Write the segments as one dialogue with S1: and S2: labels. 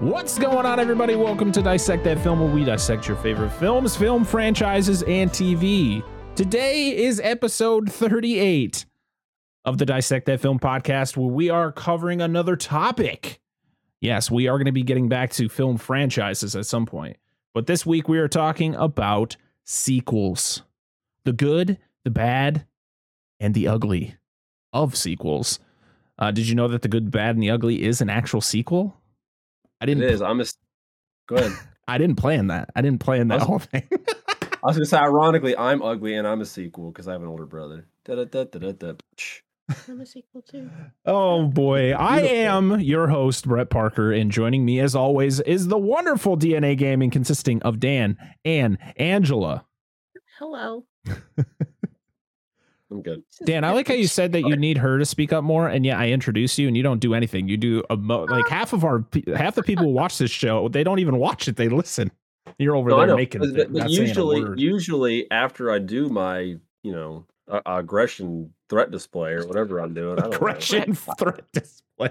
S1: What's going on, everybody? Welcome to Dissect That Film, where we dissect your favorite films, film franchises, and TV. Today is episode 38 of the Dissect That Film podcast, where we are covering another topic. Yes, we are going to be getting back to film franchises at some point, but this week we are talking about sequels the good, the bad, and the ugly of sequels. Uh, did you know that The Good, Bad, and the Ugly is an actual sequel? I
S2: It
S1: didn't
S2: is. I'm just go ahead.
S1: I didn't plan that. I didn't plan that
S2: Awesome.
S1: whole thing.
S2: I was gonna say, ironically, I'm ugly and I'm a sequel because I have an older brother. Da-da-da-da-da-da. Psh.
S3: I'm a sequel too.
S1: oh boy. I
S2: Beautiful.
S1: am your host, Brett Parker, and joining me as always is the wonderful DNA gaming consisting of Dan and Angela.
S3: Hello.
S2: I'm good.
S3: This is
S1: Dan, I like how you
S3: epic.
S1: said that you need her to speak up more, and yet I introduce you and you don't do anything. You do a
S2: Um,
S1: mo- like half of our pe- half the people who watch this show, they don't even watch it, they listen. You're over
S2: No, I
S1: there
S2: know.
S1: making
S2: But,
S1: thi-
S2: but
S1: not saying a
S2: usually,
S1: word.
S2: usually after I do my, you know, uh, aggression threat display or whatever I'm doing, I don't know.
S1: correction threat display.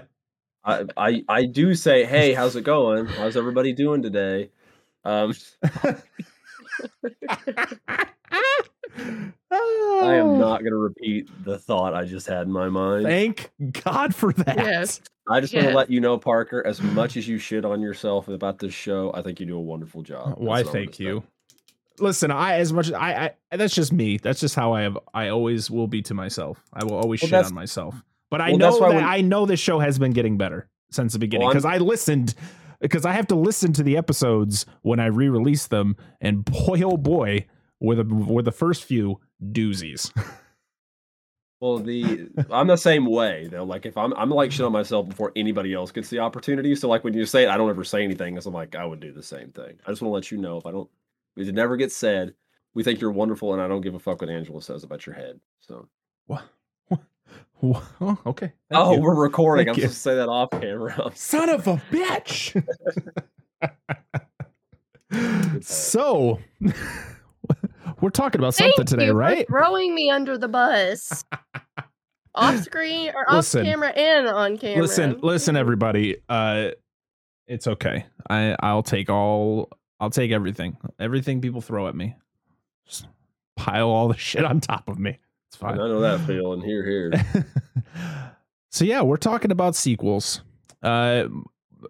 S2: I, I I do say, hey, how's it going? How's everybody doing today? Um, I am not gonna repeat the thought I just had in my mind.
S1: Oh. Thank God for that.
S3: Yes.
S2: I just want to
S3: Yes.
S2: let you know, Parker, as much as you shit on yourself about this show, I think you do a wonderful job. That's
S1: Why?
S2: what I wanna
S1: Thank
S2: say.
S1: you. Listen, I as much I, I that's just me. That's just how I have. I always will be to myself. I will always
S2: Well,
S1: shit
S2: that's-
S1: on myself. But I
S2: well,
S1: know
S2: that's
S1: that
S2: why when-
S1: I know this show has been getting better since the beginning
S2: I'm-
S1: because I listened because I have to listen to the episodes when I re-release them, and boy oh boy, were the were the first few doozies.
S2: Well, the I'm the same way though. Like if I'm I'm like shit on myself before anybody else gets the opportunity. So like when you say it, I don't ever say anything because I'm like I would do the same thing. I just want to let you know if I don't, if it never gets said. We think you're wonderful, and I don't give a fuck what Angela says about your head. So
S1: Wha- wha- wha- oh, okay. Thank
S2: oh,
S1: you.
S2: we're recording.
S1: Thank
S2: I'm
S1: you.
S2: supposed to say that off camera.
S1: Son of a bitch. so we're talking about something
S3: Thank
S1: today,
S3: you for
S1: right?
S3: throwing me under the bus. off screen or off
S1: Listen.
S3: camera and on camera.
S1: Listen, listen, everybody. Uh it's okay. I, I'll take all I'll take everything. Everything people throw at me. Just pile all the shit on top of me. It's
S2: I
S1: fine.
S2: know that feeling. Here, here.
S1: so yeah, we're talking about sequels. Uh,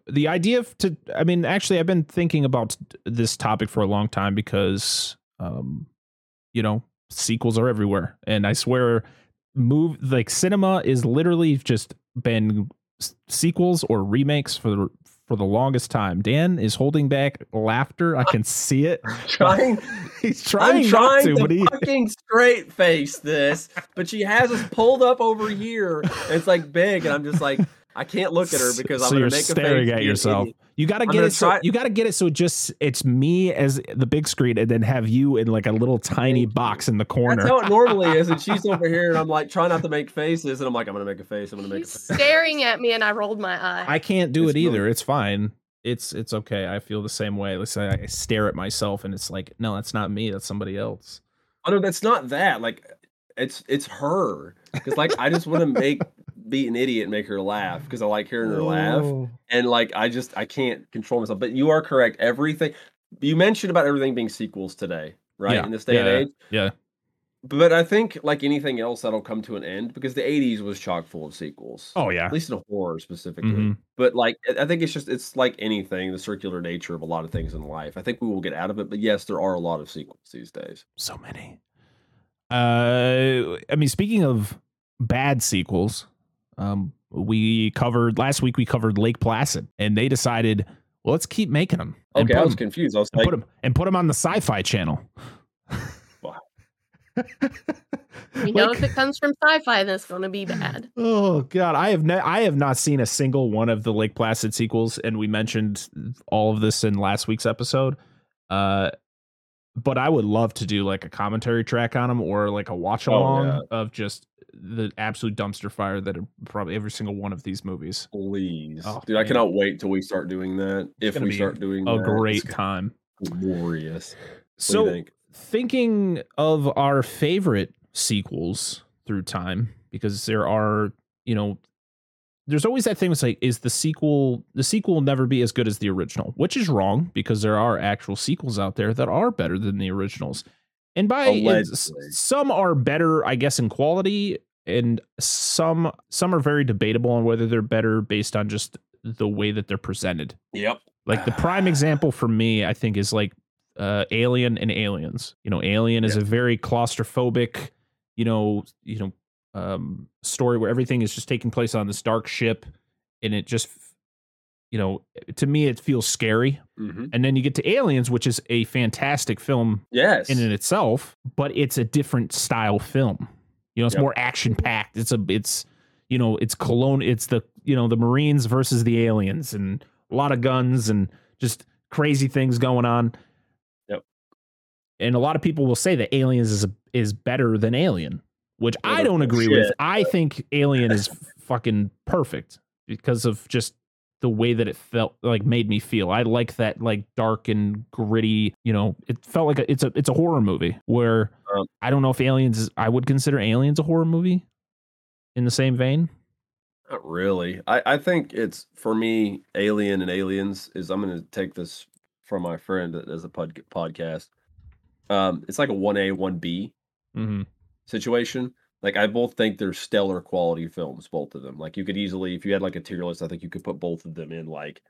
S1: the idea of to, I mean, actually, I've been thinking about this topic for a long time because, um, you know, sequels are everywhere, and I swear, move like cinema is literally just been s- sequels or remakes for the, for the longest time. Dan is holding back laughter. I can see it.
S2: Trying,
S1: He's trying, not
S2: I'm trying
S1: to,
S2: to,
S1: but he,
S2: fucking straight face this, but she has us pulled up over here. And it's like big, and I'm just like, I can't look at her because
S1: so
S2: I'm gonna
S1: you're
S2: make a
S1: staring
S2: face
S1: at
S2: be an
S1: yourself.
S2: idiot.
S1: You gotta
S2: I'm
S1: get
S2: gonna
S1: it. So,
S2: try-
S1: you gotta get it so it just it's me as the big screen, and then have you in like a little tiny
S2: Thank you.
S1: box in the
S2: That's
S1: corner.
S2: how it normally is, and she's over here, and I'm like trying not to make faces, and I'm like, I'm gonna make a face, I'm gonna make a
S3: He's
S2: face.
S3: staring at me and I rolled my eye.
S1: I can't do
S2: It's
S1: it either.
S2: really-
S1: It's fine. It's it's okay. I feel the same way. Let's say I stare at myself, and it's like, no, that's not me. That's somebody else.
S2: Oh no, that's not that. Like, it's it's her because like I just want to make be an idiot and make her laugh because I like hearing her laugh. and like I just I can't control myself. But you are correct. Everything you mentioned about everything being sequels today, right?
S1: Yeah,
S2: In this day and
S1: yeah,
S2: age.
S1: yeah.
S2: But I think like anything else, that'll come to an end because the '80s was chock full of sequels,
S1: Oh yeah.
S2: at least in horror specifically.
S1: Mhm.
S2: But like I- I think it's just it's like anything, the circular nature of a lot of things in life. I think we will get out of it. But yes, there are a lot of sequels these days.
S1: So many. Uh, I mean, speaking of bad sequels, um, we covered last week. We covered Lake Placid, and they decided, well, let's keep making them. and
S2: Okay, I
S1: put
S2: was
S1: 'em-
S2: confused. I was
S1: and
S2: like,
S1: put them and put 'em on the Sci-Fi Channel.
S2: Wow.
S3: You know,
S1: Like-
S3: if it comes from sci-fi, that's gonna be bad.
S1: oh god, I have no, I have not seen a single one of the Lake Placid sequels, and we mentioned all of this in last week's episode. Uh, but I would love to do like a commentary track on them or like a watch along
S2: Oh, yeah.
S1: of just the absolute dumpster fire that are probably every single one of these movies.
S2: please,
S1: Oh,
S2: dude, I
S1: man.
S2: cannot wait till we start doing that. If
S1: gonna
S2: we
S1: be
S2: start doing
S1: A
S2: that,
S1: great
S2: it's gonna
S1: time.
S2: be glorious. What do you
S1: So.
S2: think?
S1: thinking of our favorite sequels through time because there are you know there's always that thing that's like, is the sequel the sequel will never be as good as the original, which is wrong because there are actual sequels out there that are better than the originals. And by and s-
S2: Allegedly.
S1: some are better, I guess, in quality, and some some are very debatable on whether they're better based on just the way that they're presented.
S2: Yep.
S1: Like the prime example for me, I think, is like uh, Alien and Aliens. You know, Alien is a very claustrophobic, you know, you know, um, story where everything is just taking place on this dark ship, and it just, you know, to me it feels scary.
S2: Mm-hmm.
S1: And then you get to Aliens, which is a fantastic film
S2: Yes.
S1: in and itself, but it's a different style film. You know, it's
S2: Yep.
S1: more action packed. It's a it's you know, it's cologne it's the you know, the Marines versus the aliens and a lot of guns and just crazy things going on.
S2: Yep.
S1: And a lot of people will say that aliens is is better than alien, which
S2: Well,
S1: I
S2: that's
S1: don't agree with.
S2: bullshit,
S1: I think alien is fucking perfect because of just the way that it felt like made me feel. I like that like dark and gritty, you know, it felt like a, it's a it's a horror movie where
S2: Um,
S1: I don't know if Aliens is, I would consider Aliens a horror movie in the same vein.
S2: Not really. I, I think it's for me, Alien and Aliens is I'm gonna take this from my friend that does a pod, podcast. Um, it's like a one A, one B
S1: Mm-hmm.
S2: situation. Like I both think they're stellar quality films, both of them. Like you could easily, if you had like a tier list, I think you could put both of them in like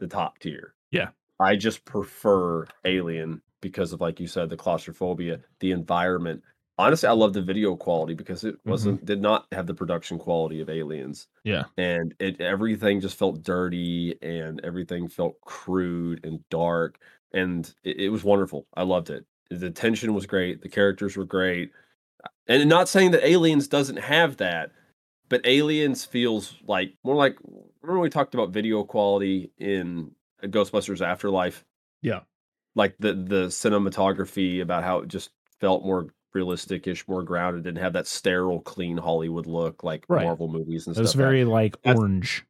S2: the top tier.
S1: Yeah.
S2: I just prefer Alien because of like you said, the claustrophobia, the environment. Honestly, I love the video quality because it wasn't did not have the production quality of Aliens.
S1: Mm-hmm. Yeah.
S2: And it everything just felt dirty and everything felt crude and dark. And it, it was wonderful. I loved it. The tension was great. The characters were great and not saying that aliens doesn't have that but aliens feels like more like remember we talked about video quality in ghostbusters afterlife
S1: Yeah.
S2: like the the cinematography about how it just felt more realistic-ish more grounded didn't have that sterile clean hollywood look like
S1: Right.
S2: marvel movies and
S1: It was
S2: stuff have.
S1: very like
S2: That's-
S1: orange,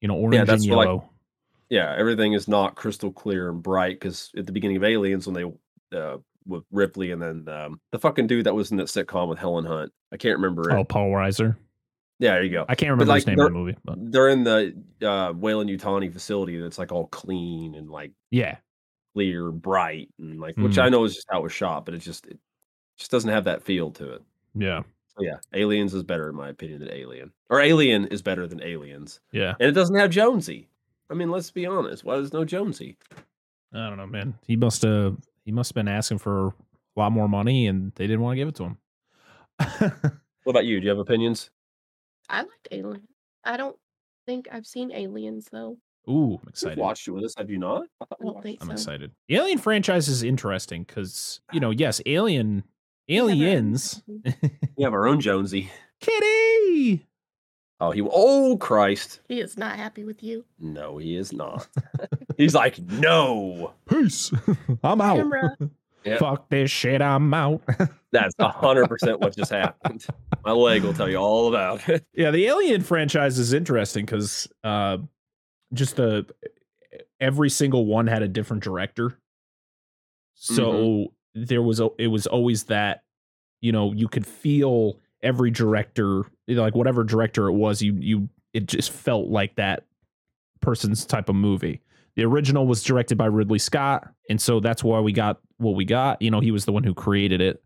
S1: you know, orange and
S2: that's what, like,
S1: yellow.
S2: yeah, everything is not crystal clear and bright because at the beginning of Aliens, when they uh, with Ripley and then um, the fucking dude that was in that sitcom with Helen Hunt, I can't remember it.
S1: oh, Paul Reiser.
S2: Yeah, there you go.
S1: I can't remember his
S2: like,
S1: name in the movie, but
S2: They're in the uh, Whalen Utani facility that's like all clean and like
S1: yeah,
S2: clear, bright, and like which
S1: Mm-hmm.
S2: I know is just how it was shot, but it just it just doesn't have that feel to it.
S1: yeah,
S2: So yeah, Aliens is better in my opinion than Alien, or Alien is better than Aliens,
S1: yeah.
S2: and it doesn't have Jonesy. I mean, let's be honest. Why does no Jonesy?
S1: I don't know, man. He must have he must have been asking for a lot more money, and they didn't want to give it to him.
S2: What about you? Do you have opinions?
S3: I liked Alien. I don't think I've seen Aliens though.
S1: Ooh, I'm
S2: You've
S1: excited.
S2: watched it with us, have you not? I thought
S3: I
S2: we
S3: don't
S2: watched
S3: think
S1: I'm
S3: so.
S1: excited. The Alien franchise is interesting because you know, yes, Alien,
S3: never owned
S1: Aliens,
S2: it. We have our own Jonesy.
S1: Kitty.
S2: Oh, he. Oh Christ!
S3: He is not happy with you.
S2: No, he is not. He's like no.
S1: Peace. I'm
S3: Camera.
S2: Yep.
S1: Fuck this shit. I'm out.
S2: That's a hundred percent what just happened. My leg will tell you all about it.
S1: yeah, the Alien franchise is interesting because uh, just the every single one had a different director. So there was a, it was always that you know you could feel every director you know, like whatever director it was you you it just felt like that person's type of movie. The original was directed by Ridley Scott, and so that's why we got what we got. You know, he was the one who created it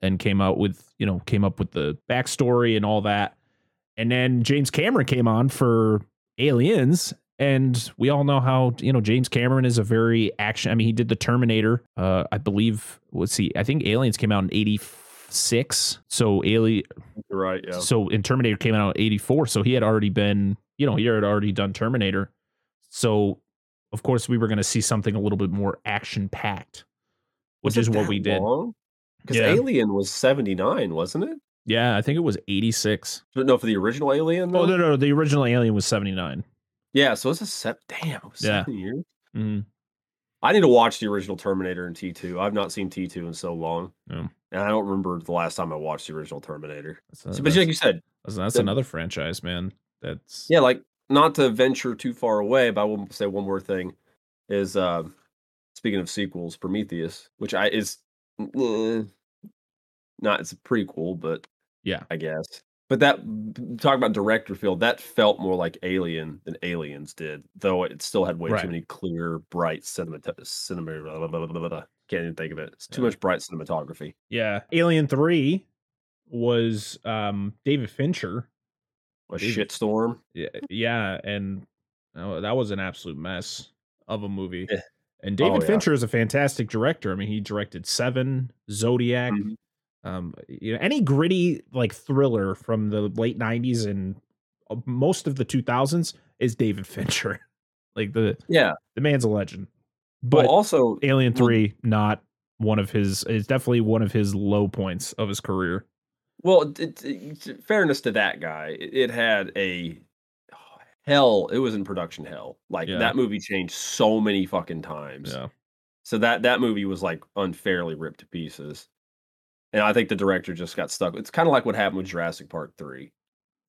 S1: and came out with, you know, came up with the backstory and all that. And then James Cameron came on for Aliens, and we all know how, you know, James Cameron is a very action. I mean, he did the Terminator. Uh, I believe, let's see, I think Aliens came out in 86. So Alien,
S2: You're right. Yeah.
S1: so and Terminator came out in 84, so he had already been, you know, he had already done Terminator. So of course we were going to see something a little bit more action packed, which is what we did.
S2: Because
S1: Yeah.
S2: Alien was seventy nine, wasn't it?
S1: Yeah, I think it was 86.
S2: But no, for the original Alien. Though?
S1: Oh no, no, the original Alien was 79.
S2: Yeah. So it's a set. Damn. It was
S1: Yeah.
S2: seven years.
S1: Mhm.
S2: I need to watch the original Terminator and T two. I've not seen T two in so long,
S1: Yeah.
S2: and I don't remember the last time I watched the original Terminator.
S1: That's,
S2: So, but
S1: Uh, that's,
S2: like you said,
S1: that's- that's
S2: the-
S1: another franchise, man. That's
S2: yeah like not to venture too far away but i will say one more thing is uh speaking of sequels prometheus which i is eh, not it's a prequel but
S1: Yeah.
S2: i guess But that talk about director feel, that felt more like Alien than Aliens did, though it still had way
S1: Right.
S2: too many clear, bright cinema cinema. Blah, blah, blah, blah, blah, blah. Can't even think of it. It's too
S1: Yeah.
S2: much bright cinematography.
S1: Yeah. Alien 3 was um David Fincher.
S2: A
S1: Dude.
S2: shitstorm.
S1: Yeah, yeah, and that wa- that was an absolute mess of a movie.
S2: Yeah.
S1: And
S2: Oh,
S1: David
S2: yeah.
S1: Fincher is a fantastic director. I mean, he directed Seven, Zodiac,
S2: Mhm.
S1: um, you know, any gritty like thriller from the late '90s and uh, most of the 2000s is David Fincher. like the
S2: Yeah.
S1: the man's a legend. But
S2: But also,
S1: Alien
S2: well-
S1: Three, not one of his. It's definitely one of his low points of his career.
S2: Well, t- t- t- uh, fairness to that guy, it it had a hell. It was in production hell. Like
S1: Yeah.
S2: that movie changed so many fucking times.
S1: Yeah,
S2: So that that movie was like unfairly ripped to pieces. And I think the director just got stuck. It's kind of like what happened with Jurassic Park three.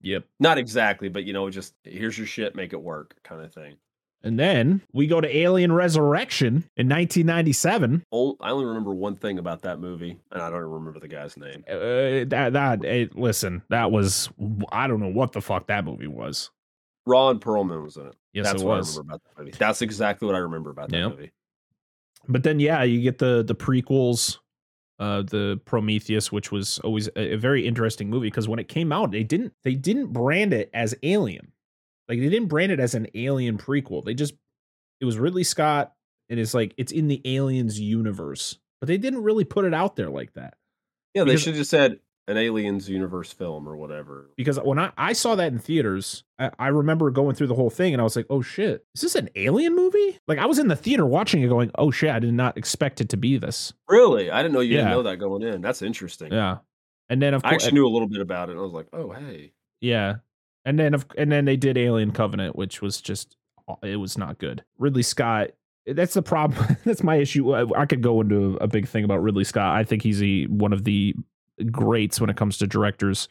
S1: yep.
S2: Not exactly, but you know, just here's your shit, make it work, kind of thing.
S1: And then we go to Alien Resurrection in 1997.
S2: Ol- I only remember one thing about that movie, and I don't even remember the guy's name.
S1: uh, that that it, listen, that was I don't know what the fuck that movie was.
S2: Ron Perlman was in it.
S1: Yes,
S2: That's
S1: it
S2: what
S1: was.
S2: I remember about that movie. That's exactly what I remember about that
S1: Yeah.
S2: movie.
S1: But then yeah, you get the the prequels, uh, the Prometheus, which was always a, a very interesting movie because when it came out, they didn't they didn't brand it as Alien, like they didn't brand it as an Alien prequel. They just it was Ridley Scott, and it's like it's in the Aliens universe, but they didn't really put it out there like that.
S2: Yeah, they
S1: Because-
S2: should have just said an aliens universe film or whatever.
S1: because when I, I saw that in theaters, I, I remember going through the whole thing and I was like, oh shit, is this an alien movie? Like I was in the theater watching it going, oh shit, I did not expect it to be this.
S2: Really, I didn't know you
S1: Yeah.
S2: didn't know that going in. That's interesting.
S1: Yeah. And then of
S2: I
S1: course,
S2: actually knew a little bit about it. and I was like, oh hey,
S1: yeah. And then of, and then they did Alien Covenant, which was just uh, it was not good. Ridley Scott, eh, that's the problem. that's my issue. uh, I, I could go into a, a big thing about Ridley Scott. I think he's the one of the greats when it comes to directors,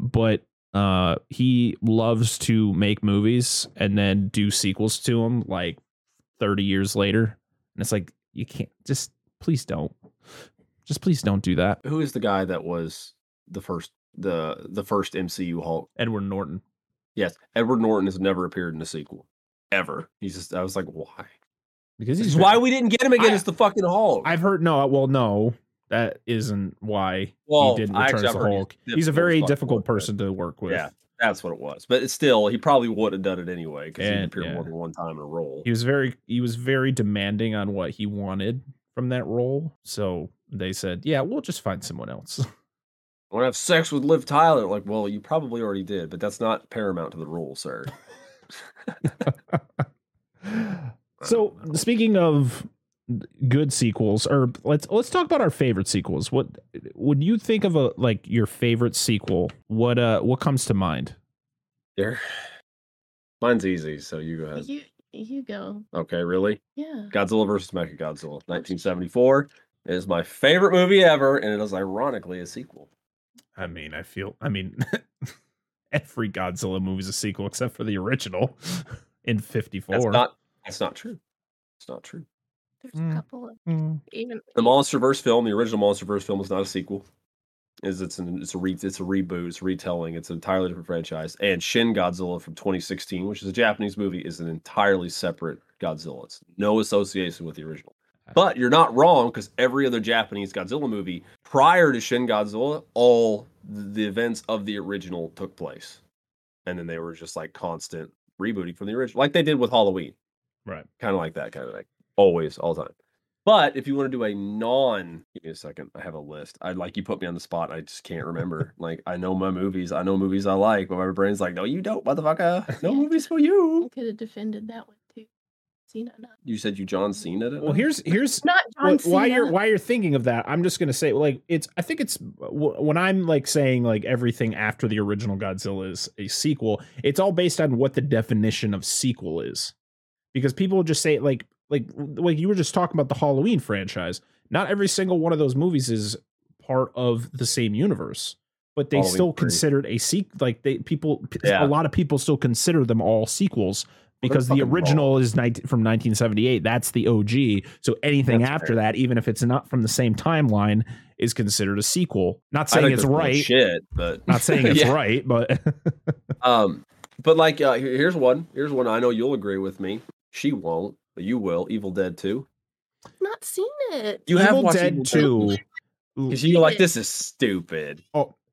S1: but uh, he loves to make movies and then do sequels to them like 30 years later. And it's like, you can't just please don't. Just please don't do that.
S2: who is the guy that was the first the the first MCU Hulk?
S1: Edward Norton.
S2: Yes, Edward Norton has never appeared in a sequel ever. He's just. I was like, why?
S1: Because
S2: This
S1: he's
S2: is why we didn't get him again.
S1: I-
S2: It's the fucking Hulk.
S1: I've heard no. uh, Well, no, that isn't why
S2: Well,
S1: he didn't
S2: I
S1: return
S2: actually-
S1: as the
S2: I've heard he's
S1: Hulk. He's, a
S2: difficult
S1: very
S2: as fuck to
S1: difficult
S2: work with.
S1: person to work with.
S2: Yeah. That's what it was. But it's still, he probably would have done it anyway because he
S1: And-
S2: appeared
S1: yeah.
S2: more than one time in a role.
S1: he was very he was very demanding on what he wanted from that role. So they said, "Yeah, we'll just find someone else."
S2: I want to have sex with Liv Tyler. Like, well, you probably already did, but that's not paramount to the rule, sir.
S1: so
S2: I don't know.
S1: speaking of good sequels, or let's let's talk about our favorite sequels. What would you think of a like your favorite sequel? What uh what comes to mind?
S2: There. Mine's easy, so you go ahead.
S3: You you go.
S2: Okay, really?
S3: Yeah.
S2: Godzilla versus Mechagodzilla, 1974 is my favorite movie ever, and it is ironically a sequel.
S1: I mean, I feel. I mean, every Godzilla movie is a sequel except for the original in
S2: That's
S1: '54.
S2: not. That's not true. It's not true.
S3: There's
S1: Mm.
S3: a couple of even
S2: The MonsterVerse film, the original MonsterVerse film, was not a sequel. Is it's an it's a re, it's a reboot, it's a retelling, it's an entirely different franchise. And Shin Godzilla from 2016, which is a Japanese movie, is an entirely separate Godzilla. It's no association with the original. But you're not wrong because every other Japanese Godzilla movie prior to Shin Godzilla, all the events of the original took place, and then they were just like constant rebooting from the original, like they did with Halloween
S1: right.
S2: kind of like that kind of thing always all the time but if you want to do a non give me a second i have a list i like you put me on the spot i just can't remember like i know my movies i know movies i like but my brain's like no you don't motherfucker no
S3: Yeah.
S2: movies for you
S3: you could have defended that one too. Cena not
S2: you said you john cena it
S1: Well, here's here's
S3: not John
S1: wh- why you're
S3: Cena.
S1: why you're thinking of that. I'm just gonna say like it's. I think it's wh- when I'm like saying like everything after the original Godzilla is a sequel. It's all based on what the definition of sequel is, because people just say like like like you were just talking about the Halloween franchise. Not every single one of those movies is part of the same universe, but they
S2: Halloween
S1: still
S2: three.
S1: considered a sequel. Like they people, p- a
S2: Yeah.
S1: lot of people still consider them all sequels
S2: They're
S1: because the
S2: fucking
S1: original is 19, from 1978. That's the OG. So anything
S2: That's
S1: after that, even if it's not from the same timeline, is considered a sequel. Not
S2: I think
S1: saying it's
S2: that's
S1: right.
S2: Shit, but
S1: Not saying it's
S2: Yeah.
S1: right, but
S2: um, but like uh, here- here's one. Here's one. I know you'll agree with me. She won't, but you will. Evil Dead Two.
S3: I've not seen it.
S2: You have
S1: Evil
S2: watched
S1: Dead
S2: Evil
S1: Two.
S2: Because you're like, this is stupid.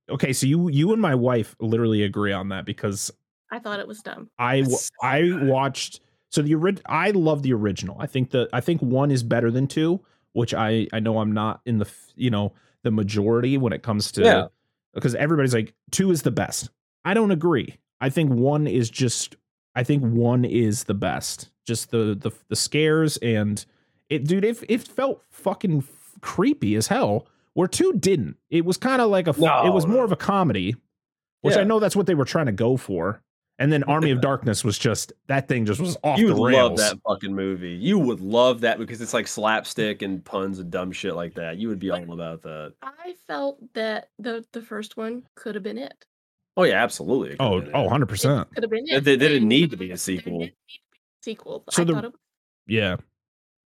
S1: Okay, so you you and my wife literally agree on that because
S3: I thought it was dumb.
S1: I w-
S2: That's so
S1: I
S2: good.
S1: watched so the orig- I love the original. I think the I think one is better than two, which I I know I'm not in the f- you know the majority when it comes to
S2: Yeah.
S1: because everybody's like two is the best. I don't agree. I think one is just I think one is the best. Just the the the scares and it dude it it felt fucking f- creepy as hell. Where two didn't. It was kind of like a f-
S2: No,
S1: it was
S2: no.
S1: more of a comedy, which I
S2: Yeah.
S1: know that's what they were trying to go for. And then Army of Darkness was just that thing just was off the
S2: you would love
S1: rails.
S2: that fucking movie. You would love that because it's like slapstick and puns and dumb shit like that. You would be all about that.
S3: I felt that the the first one could have been it.
S2: Oh yeah, absolutely. it could've
S1: Oh,
S2: been it.
S1: oh, 100 percent.
S3: Could have been
S2: They-
S3: it.
S2: they didn't
S3: They-
S2: need to be a
S3: they
S2: sequel.
S3: didn't need to be a Sequel.
S1: So
S3: I
S1: the-
S3: thought it was,
S1: Yeah.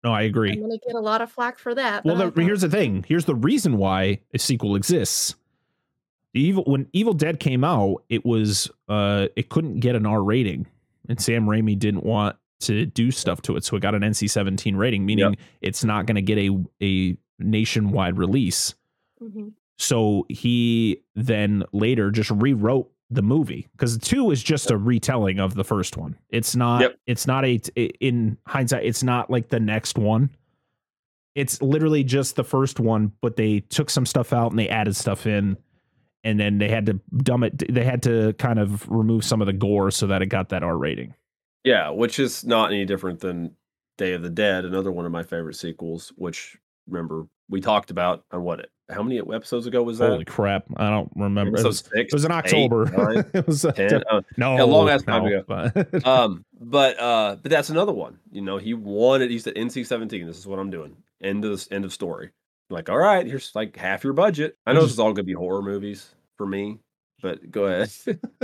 S1: No, I
S3: I'm
S1: agree.
S3: gonna get a lot of flack for that.
S1: Well,
S3: but I
S1: the,
S3: thought-
S1: here's the thing. Here's the reason why a sequel exists. The evil when Evil Dead came out, it was uh it couldn't get an R rating, and Sam Raimi didn't want to do stuff to it, so it got an NC-17 rating, meaning it's not going to get a a nationwide release.
S3: Mhm.
S1: So he then later just rewrote the movie because two is just a retelling of the first one. It's not.
S2: Yep.
S1: It's not a. In hindsight, it's not like the next one. It's literally just the first one, but they took some stuff out and they added stuff in, and then they had to dumb it. They had to kind of remove some of the gore so that it got that R rating.
S2: Yeah, which is not any different than Day of the Dead, another one of my favorite sequels. Which remember we talked about on what how many episodes ago was that?
S1: Holy crap! I don't remember. It
S2: Episode
S1: was,
S2: six,
S1: it was in
S2: eight,
S1: October.
S2: nine,
S1: it was uh,
S2: 10? Uh,
S1: no
S2: yeah, long ass time
S1: no,
S2: ago.
S1: but-
S2: um, but uh, but that's another one. You know, he wanted. He said NC seventeen. This is what I'm doing. End of this. End of story. Like, all right, here's like half your budget. I know this is all gonna be horror movies for me, but go ahead.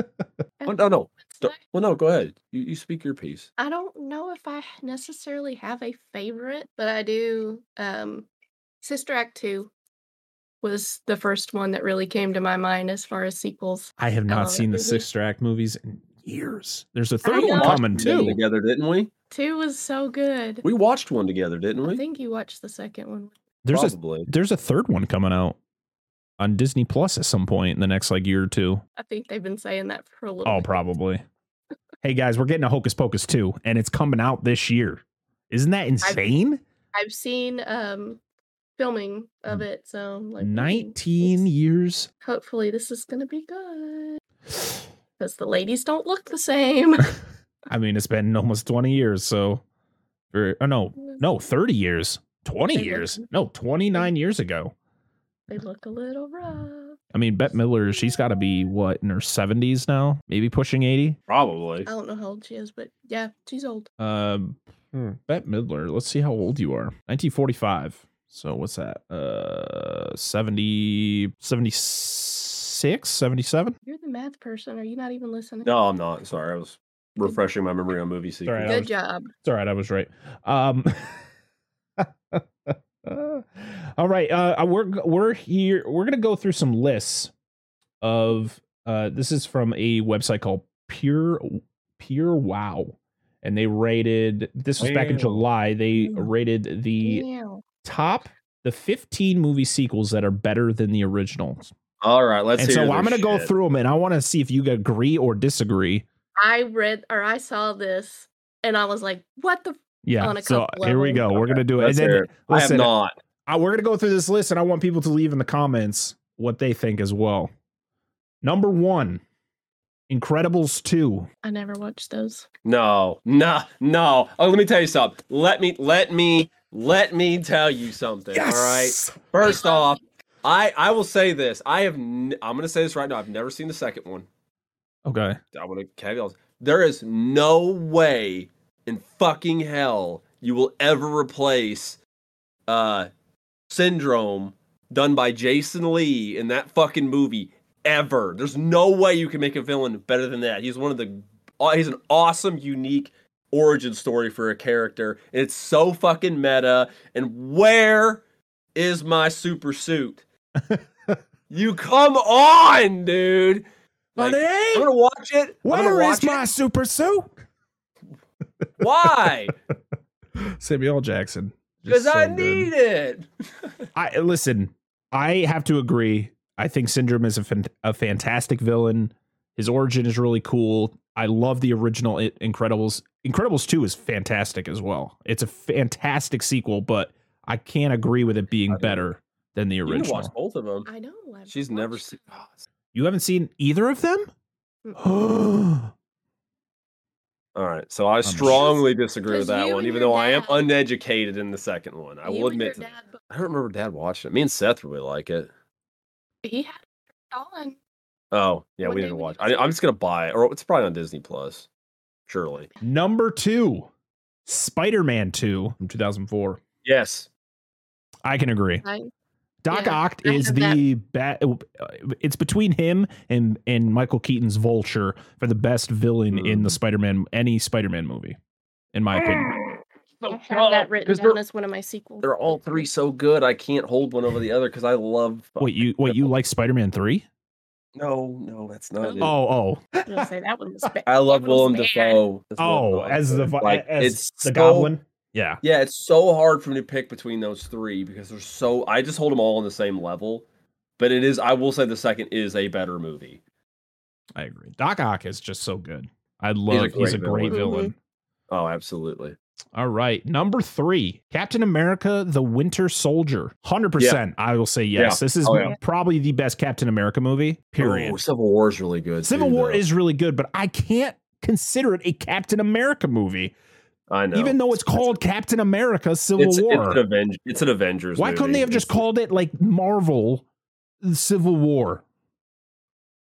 S2: oh, no, no,
S3: It's
S2: don't-
S3: like,
S2: well, no, go ahead. You, you speak your piece.
S3: I don't know if I necessarily have a favorite, but I do. Um, Sister Act Two was the first one that really came to my mind as far as sequels.
S1: I have
S3: I
S1: not
S3: love
S1: seen the
S3: that movie.
S1: Sister Act movies in years. There's a
S3: Um, mhm. I
S1: third
S3: know.
S1: one
S3: Watched
S1: coming too.
S2: them together, didn't we?
S3: Two was so good.
S2: We watched one together, didn't
S3: I
S2: we?
S3: think you watched the second one.
S1: There's a
S2: Probably.
S1: there's a third one coming out on Disney Plus at some point in the next like year or two.
S3: I think they've been saying that for a little.
S1: Oh,
S3: bit.
S1: probably. hey guys, we're getting a Hocus Pocus 2 and it's coming out this year. Isn't that insane?
S3: I've seen um filming of it, so I'm like hmm,
S1: 19
S3: it's-
S1: years.
S3: Hopefully, this is gonna be good because the ladies don't look the same.
S1: I mean, it's been almost 20 years, so or, oh no, no, 30 years. 20
S3: They look-
S1: years. No, 29 years ago.
S3: they look a little rough.
S1: I mean, Bette Miller, she's got to be what in her 70s now, maybe pushing 80.
S2: Probably.
S3: I don't know how old she is, but yeah, she's old.
S1: Um, Bette Midler. Let's see how old you are. 1945. So what's that? Uh, 70, 76, 77.
S3: You're the math person. Are you not even listening?
S2: No, I'm not. Sorry, I was refreshing my memory on movie
S1: all right,
S2: sequels.
S1: I
S3: Good
S1: was-
S3: job.
S1: It's all right. I was right. Um, all right. Uh, we're we're here. We're gonna go through some lists of. Uh, this is from a website called Pure Pure Wow, and they rated. This was back in
S2: Wow.
S1: July. They rated
S2: E
S1: the
S3: Meow.
S1: top the 15 movie sequels that are better than the originals.
S2: All right, let's.
S1: and so
S2: hear
S1: I'm going
S2: this
S1: to go
S2: shit.
S1: through them and I want to see if you agree or disagree.
S3: I read or I saw this, and I was like, "What the?"
S1: Yeah.
S3: On a
S1: So
S3: couple
S1: here we go.
S3: levels.
S1: We're going to do it. And
S2: Let's hear
S1: then
S2: it. I have
S1: listen, I
S2: not.
S1: we're going to go through this list and I want people to leave in the comments what they think as well. Number one, Incredibles 2.
S3: I never watched those.
S2: No, no, no. Oh, let me tell you something. Let me, let me, let me tell you something. All right. First off, I I will say this. I have. N- I'm gonna say this right now. I've never seen the second one.
S1: Okay.
S2: I want to caveat. this. There is no way in fucking hell you will ever replace uh Syndrome done by Jason Lee in that fucking movie ever. There's no way you can make a villain better than that. He's one of the aw- he's an awesome unique origin story for a character and it's so fucking meta and where is my super suit? You come on, dude. Like, I'm
S1: Honey,
S2: gonna watch it. I'm gonna
S1: where
S2: watch
S1: is my
S2: it.
S1: super suit?
S2: Why?
S1: Samuel Jackson. Just
S2: Because I
S1: so good.
S2: need it.
S1: I listen. I have to agree. I think Syndrome is a, fan- a fantastic villain. His origin is really cool. I love the original I- Incredibles. Incredibles 2 is fantastic as well. It's a fantastic sequel, but I can't agree with it being
S2: I think-
S1: better than the
S2: You can watch
S1: original.
S2: both of them.
S3: I know. I've
S2: She's never Ah,
S3: watched
S2: seen.
S3: them.
S1: You haven't seen either of them?
S2: All right, so I
S1: sure.
S2: strongly disagree with
S3: Because
S2: that
S3: you
S2: one,
S3: and
S2: even
S3: your
S2: though I am
S3: dad-
S2: uneducated in the second one. I
S3: You
S2: will
S3: and your
S2: admit to that.
S3: dad, but
S2: I don't remember Dad watching it. Me and Seth really like it.
S3: He had it on.
S2: Oh yeah,
S3: One
S2: we
S3: day
S2: didn't
S3: we
S2: watch.
S3: need
S2: I,
S3: to-
S2: I'm just gonna buy it, or it's probably on Disney Plus, surely.
S1: Number 2, Spider-Man 2 from 2004.
S2: Yes,
S1: I can agree.
S3: I,
S1: Doc
S3: Yeah,
S1: Ock
S3: I
S1: is
S3: have
S1: the bat. It's between him and and Michael Keaton's Vulture for the best villain in the
S2: Mhm.
S1: Spider-Man any Spider-Man movie, in my
S2: Ah,
S1: opinion.
S3: I
S2: So
S3: have that
S2: good,
S3: written
S2: 'cause
S3: down
S2: Oh, they're,
S3: as one of my sequels.
S2: they're all three so good. I can't hold one over the other because I love.
S1: Wait, you wait, you like Spider-Man three?
S2: No, no, that's not it.
S1: Oh, oh,
S3: I'm gonna say that one was bad.
S2: I love
S3: That one
S2: Willem
S3: was bad.
S2: Dafoe. That's Willem
S1: oh!
S2: Dafoe.
S1: As the vi-
S2: Like,
S1: as
S2: it's
S1: the
S2: so-
S1: Goblin. Yeah,
S2: Yeah, it's so hard for me to pick between those three because they're so. I just hold them all on the same level. But it is. I will say the second is a better movie.
S1: I agree. Doc Ock is just so good. I love. He's a great, villain.
S2: great villain.
S3: Mm-hmm.
S2: Oh, absolutely.
S1: All right, number three, Captain America: The Winter Soldier. Hundred percent. I will say yes. This is
S2: Oh, yeah.
S1: probably the best Captain America movie. Period.
S2: Oh, Civil War is really good.
S1: Civil
S2: too,
S1: War
S2: though.
S1: is really good, but I can't consider it a Captain America movie,
S2: I know.
S1: even though it's called Captain America Civil
S2: it's,
S1: War.
S2: It's an, Aven- it's an Avengers.
S1: Why couldn't they
S2: movie.
S1: have just
S2: It's-
S1: called it like Marvel Civil War?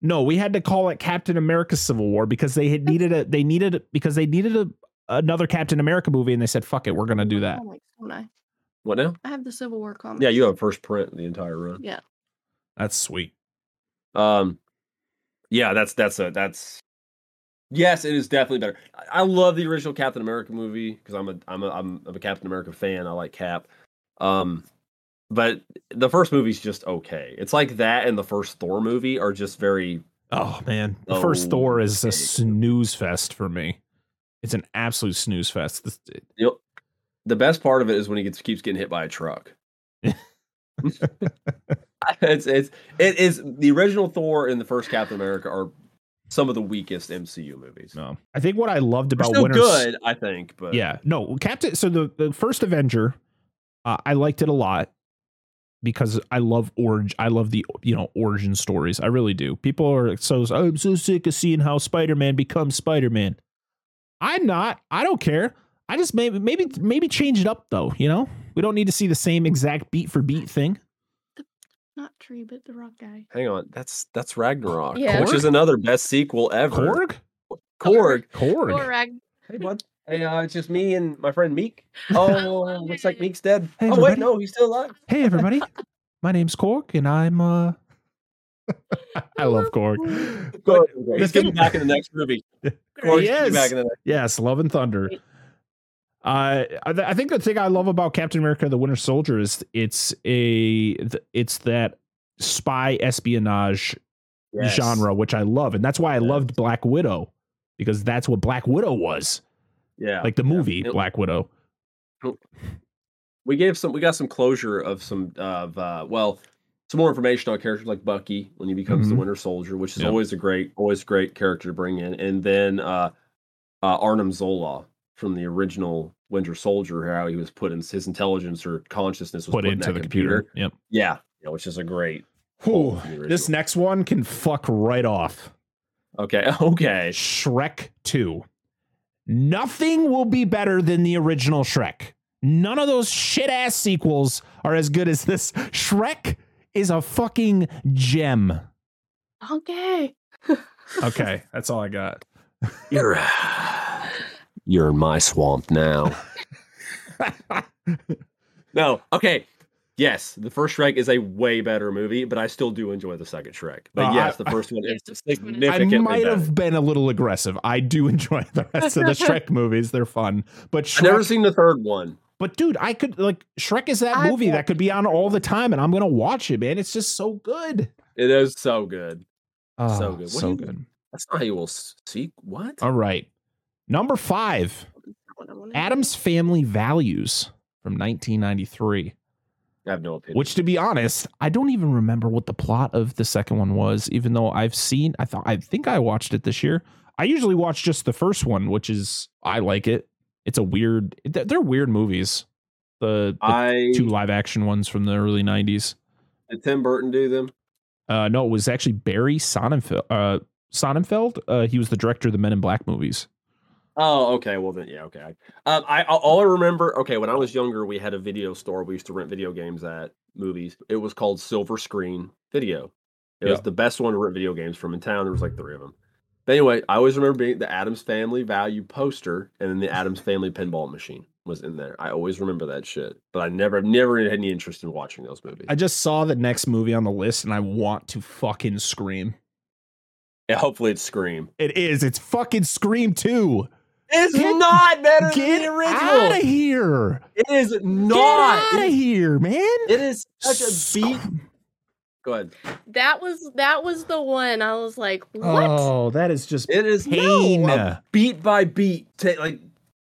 S1: No, we had to call it Captain America Civil War because they had needed a they needed a- because they needed a another Captain America movie and they said fuck it, we're gonna do that.
S3: Comics, Oh don't I?
S2: what now?
S3: I have the Civil War comic.
S2: Yeah, you have first print the entire run.
S3: Yeah.
S1: That's sweet.
S2: Um, yeah, that's that's a that's. Yes, it is definitely better. I- I love the original Captain America movie because I'm a I'm a I'm a Captain America fan. I like Cap. Um, but the first movie's just okay. It's like that and the first Thor movie are just very.
S1: Oh man, the first
S2: Oh,
S1: Thor is a
S2: okay.
S1: snooze fest for me. It's an absolute snooze fest. This-
S2: You know, the best part of it is when he gets keeps getting hit by a truck. it's it's it is the original Thor and the first Captain America are some of the weakest MCU movies.
S1: no, I think what I loved
S2: They're
S1: about
S2: still
S1: Winter
S2: good, I think, but
S1: yeah no captain so the, the first avenger uh, i liked it a lot because i love orange i love the you know origin stories i really do people are so "Oh, i'm so sick of seeing how spider-man becomes spider-man i'm not i don't care i just maybe maybe maybe change it up though you know we don't need to see the same exact beat for beat thing
S3: Not tree, but the rock guy.
S2: Hang on, that's that's Ragnarok,
S3: Yeah.
S2: which is
S1: Korg?
S2: another best sequel ever.
S1: korg
S2: Korg.
S1: korg
S3: Or Rag-
S2: Hey, bud. Hey, uh, it's just me and my friend Meek.
S3: I
S2: Oh,
S3: love
S2: looks like
S3: it.
S2: Meek's dead.
S1: Hey,
S2: oh wait,
S1: everybody.
S2: no, he's still alive.
S1: hey everybody my name's korg and i'm uh i love korg But-
S2: Korg,
S1: This
S2: He's getting
S1: thing-
S2: back in the next movie. Korg's getting
S1: is.
S2: back in the next.
S1: Yes, Love and Thunder. Uh, I, th- I think the thing I love about Captain America: The Winter Soldier is it's a th- it's that spy espionage
S2: Yes.
S1: genre which I love, and that's why I
S2: Yes.
S1: loved Black Widow because that's what Black Widow was,
S2: Oh, Yeah,
S1: like the movie
S2: It-
S1: Black Widow.
S2: we gave some we got some closure of some of uh well some more information on characters like bucky when he becomes the
S1: Mhm.
S2: winter soldier which is
S1: Yep.
S2: always a great always great character to bring in and then uh uh arnim zola from the original winter soldier how he was put in his intelligence or consciousness was
S1: Put into the computer. Yep.
S2: yeah yeah which is a great pull
S1: Whew,
S2: from the
S1: this
S2: original.
S1: next one can fuck right off.
S2: okay okay
S1: Shrek 2. Nothing will be better than the original Shrek. None of those shit ass sequels are as good as this. Shrek is a fucking gem.
S3: Okay.
S1: Okay, that's all I got.
S2: you're you're in my swamp now No, okay. Yes, the first Shrek is a way better movie, but I still do enjoy the second Shrek. But
S1: Uh,
S2: yes,
S1: I-
S2: the first one
S3: Yeah,
S2: is
S3: the first one is-
S1: I
S2: significantly
S1: might
S2: better.
S1: have been a little aggressive. I do enjoy the rest of the Shrek movies, they're fun. But
S2: I've never
S1: Shrek,
S2: seen the third one.
S1: But dude, I could like Shrek is that
S3: I
S1: movie
S3: will-
S1: that could be on all the time, and I'm gonna watch it, man. It's just so good.
S2: It is so good.
S1: Oh,
S2: So good. What
S1: so
S2: do you-
S1: good.
S2: That's not how you will s- seek what?
S1: All right, number five.
S3: What I wanna do.
S1: Adam's Family Values from 1993,
S2: I have no opinion.
S1: which, to be honest, I don't even remember what the plot of the second one was, even though I've seen, I thought, I think I watched it this year. I usually watch just the first one, which is, I like it. It's a weird, they're they're weird movies. The, the
S2: I
S1: two live action ones from the early 90s.
S2: did Tim Burton do them.
S1: Uh, no, it was actually Barry Sonnenfeld. Uh, Sonnenfeld, uh, he was the director of the Men in Black movies.
S2: Oh, okay. Well then, yeah, okay. Um, I all- all I remember. Okay, when I was younger, we had a video store. We used to rent video games at movies. It was called Silver Screen Video. It was
S1: Yeah.
S2: the best one to rent video games from in town. There was like three of them. But anyway, I always remember being the Adams Family Value poster, and then the Adams Family Pinball Machine was in there. I always remember that shit, but I never, never had any interest in watching those movies.
S1: I just saw the next movie on the list and I want to fucking scream.
S2: Yeah, hopefully, it's Scream.
S1: It is. It's fucking Scream 2.
S2: It's
S1: Get-
S2: not better
S1: Get out of here.
S2: It is
S1: Get out of here, man.
S2: It is
S1: Scream.
S2: Go ahead.
S3: That was that was the one I was like, what?
S1: Oh, that is just.
S2: It is
S1: Pain.
S2: No, a beat by beat. ta- like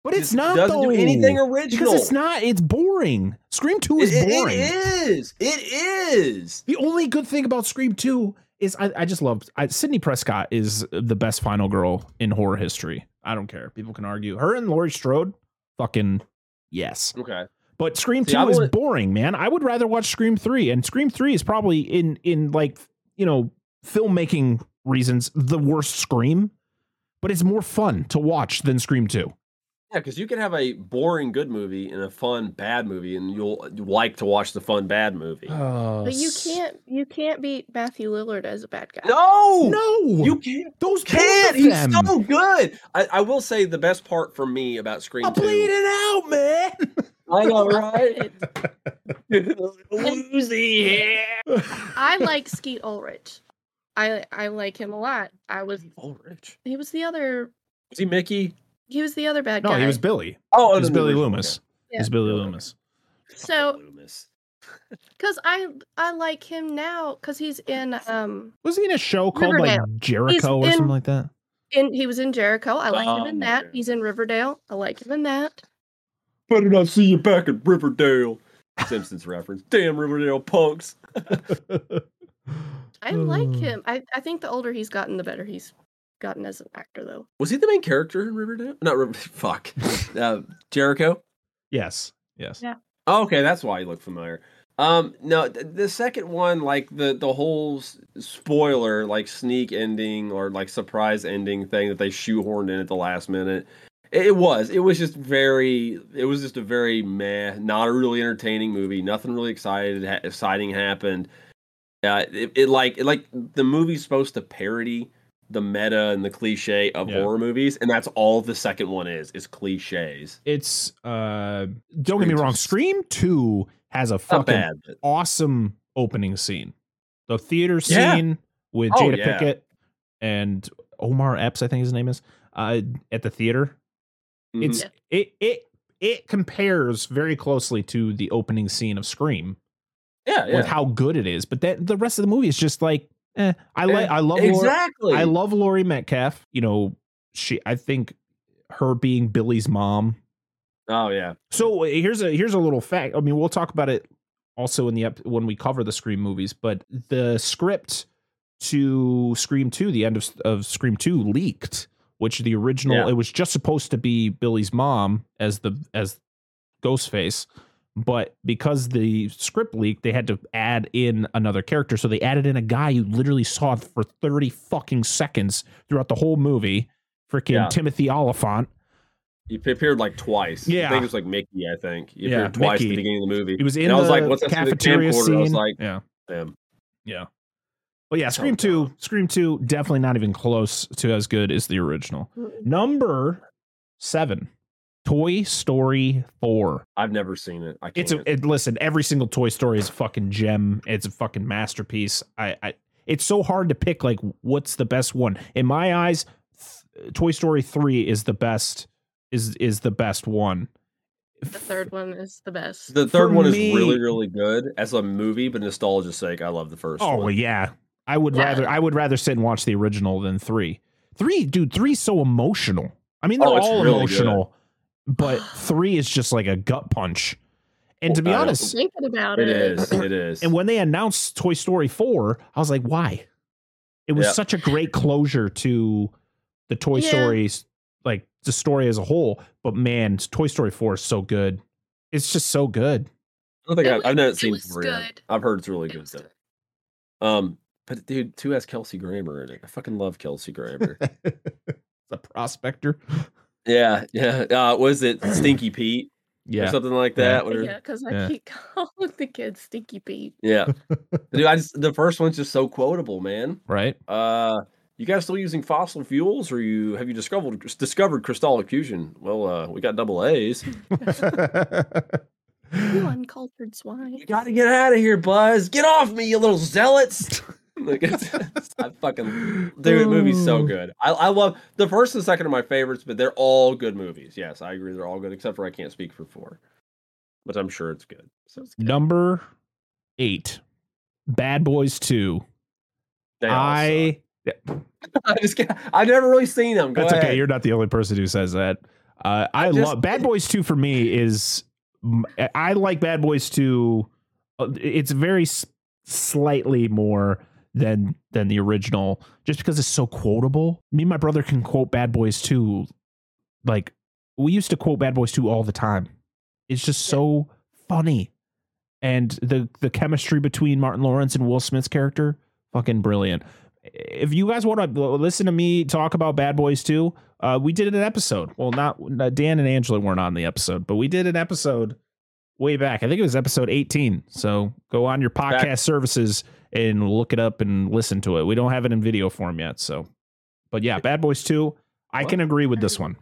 S1: but it's
S2: just
S1: not,
S2: doesn't
S1: though.
S2: do anything original.
S1: Because it's not. It's boring. Scream 2 is
S2: It- it-
S1: boring.
S2: it is. It is.
S1: The only good thing about Scream 2 is I, I just love I, Sydney Prescott is the best final girl in horror history. I don't care. People can argue. Her and Laurie Strode, fucking yes.
S2: Okay.
S1: But Scream
S2: See,
S1: 2
S2: I
S1: is
S2: would-
S1: boring, man. I would rather watch Scream 3 and Scream 3 is probably in in like, you know, filmmaking reasons the worst Scream, but it's more fun to watch than Scream 2.
S2: Yeah, because you can have a boring good movie and a fun bad movie, and you'll like to watch the fun bad movie.
S1: Oh,
S3: But you can't you can't beat Matthew Lillard as a bad guy.
S2: no,
S1: No.
S2: you can't.
S1: those
S2: Can't.
S1: both of
S2: He's
S1: them.
S2: so good. I, I will say the best part for me about Scream
S1: I'm
S2: 2.
S1: bleeding out, man.
S2: I know, right?
S3: It- I like Skeet Ulrich. I I like him a lot. I was
S2: Ulrich.
S3: he was the other
S2: Was he Mickey?
S3: he was the other bad
S1: No,
S3: guy.
S1: he was Billy.
S2: Oh,
S1: It was
S2: no,
S1: Billy
S2: no, no,
S1: Loomis.
S3: Yeah.
S1: It was Billy
S2: Yeah.
S1: Loomis.
S2: okay.
S3: So-
S2: Loomis.
S3: because I I like him now because he's in um
S1: Was he in a show called
S3: Riverdale.
S1: like Jericho or
S3: in-
S1: something like that?
S3: in he was in Jericho. I like him in
S2: Um,
S3: that.
S2: yeah.
S3: He's in Riverdale. I like him in that.
S2: Better not see you back at Riverdale. Simpsons reference. Damn Riverdale punks.
S3: I
S1: Hmm.
S3: like him. I I think the older he's gotten, the better he's gotten as an actor though.
S2: Was he the main character in Riverdale? Not Riverdale. Fuck. Uh, Jericho.
S1: Yes. Yes.
S3: Yeah.
S2: Oh, okay, that's why he looked familiar. Um, no, th- the second one, like the the whole s- spoiler, like sneak ending or like surprise ending thing that they shoehorned in at the last minute. It it was. It was just very. It was just a very meh, not a really entertaining movie. Nothing really excited, ha- exciting happened. Uh, it, it like it like the movie's supposed to parody the meta and the cliche of
S1: Yeah.
S2: horror movies, and that's all the second one is is cliches.
S1: It's uh don't get me
S2: Scream
S1: wrong,
S2: two.
S1: Scream 2 has a
S2: Not
S1: fucking
S2: bad. But
S1: awesome opening scene. The theater
S2: Yeah.
S1: scene with
S2: Oh,
S1: Jada
S2: yeah.
S1: Pickett and Omar Epps, I think his name is, uh at the theater.
S2: mhm.
S1: It's it it it compares very closely to the opening scene of Scream.
S2: yeah, yeah.
S1: with how good it is. But that the rest of the movie is just like, eh, I like,
S2: Eh,
S1: I love, Lori,
S2: exactly.
S1: I love Lori Metcalf. You know, she, I think her being Billy's mom.
S2: Oh yeah,
S1: So uh, here's a here's a little fact. I mean, we'll talk about it also in the ep- when we cover the Scream movies. But the script to Scream Two, the end of of Scream Two, leaked. Which the original,
S2: Yeah.
S1: it was just supposed to be Billy's mom as the as Ghostface, but because the script leaked, they had to add in another character. So they added in a guy you literally saw for 30 fucking seconds throughout the whole movie. Freaking
S2: Yeah.
S1: Timothy Oliphant.
S2: he p- appeared like twice. I
S1: Yeah.
S2: think it was like Mickey. I think he
S1: Yeah,
S2: appeared twice at
S1: Mickey.
S2: the beginning of the movie.
S1: He was in
S2: And
S1: the
S2: I was like, "What's that stupid
S1: cafeteria
S2: camcorder?"
S1: scene.
S2: I was like,
S1: yeah.
S2: Damn.
S1: But yeah, Scream
S2: Oh,
S1: 2, Scream 2, definitely not even close to as good as the original. Number seven, Toy Story 4.
S2: I've never seen it. I can't.
S1: It's a it, listen, every single Toy Story is a fucking gem. It's a fucking masterpiece. I, I it's so hard to pick like what's the best one. In my eyes, th- Toy Story 3 is the best is is the best one.
S3: The third one is the best.
S2: The third
S1: For
S2: one is
S1: me-
S2: really, really good as a movie, but nostalgia's sake, I love the first
S1: Oh
S2: one.
S1: yeah, I would
S3: Yeah.
S1: rather I would rather sit and watch the original than three. Three, dude, three's so emotional. I mean, they're
S2: Oh, it's
S1: all
S2: really
S1: emotional, but three is just like a gut punch. And to be
S2: Well, I-
S1: honest,
S3: Thinking about
S2: It
S3: it,
S2: is. It is.
S1: and when they announced Toy Story four, I was like, why? It was
S2: Yeah.
S1: such a great closure to the Toy
S3: Yeah.
S1: Stories, like the story as a whole. But man, Toy Story four is so good. It's just so good.
S2: I don't think
S3: It
S2: I've,
S3: was-
S2: I've never
S3: it
S2: seen
S3: was
S2: three. yet.
S3: good.
S2: I've heard it's really
S3: It
S2: good
S3: was
S2: though.
S3: good.
S2: Um, but dude, two has Kelsey Grammer in it. I fucking love Kelsey Grammer.
S1: the prospector.
S2: yeah, yeah. Uh, was it Stinky Pete or something like
S1: Yeah.
S2: that? Or-
S3: Yeah, because I
S1: Yeah.
S3: keep calling the kid Stinky Pete.
S2: yeah. dude, I just the first one's just so quotable, man.
S1: Right.
S2: Uh, you guys still using fossil fuels, or you have you discovered discovered crystallic fusion? Well, uh, we got double A's.
S3: You uncultured swine.
S2: You got to get out of here, Buzz. Get off me, you little zealots. like, it's, I fucking Dude, the movie's so
S1: Ooh.
S2: good. I, I love the first and second are my favorites, but they're all good movies. Yes, I agree, they're all good, except for I can't speak for four, but I'm sure it's good. So it's good.
S1: Number eight, Bad Boys Two.
S2: They all
S1: I
S2: suck. I just can't- I've never really seen them. Go
S1: that's okay.
S2: ahead.
S1: You're not the only person who says that. Uh, I,
S2: I just-
S1: love Bad Boys Two. For me, is m- I like Bad Boys Two. uh, It's very s- slightly more than than the original, just because it's so quotable. Me and my brother can quote Bad Boys Two. Like we used to quote Bad Boys Two all the time. It's just so funny, and the the chemistry between Martin Lawrence and Will Smith's character, fucking brilliant. If you guys want to listen to me talk about Bad Boys Two, uh, we did an episode. Well, not uh, Dan and Angela weren't on the episode, but we did an episode way back. I think it was episode 18. So go on your podcast
S2: Back-
S1: services and look it up and listen to it. We don't have it in video form yet. So, but yeah, Bad Boys 2. I can agree with this one.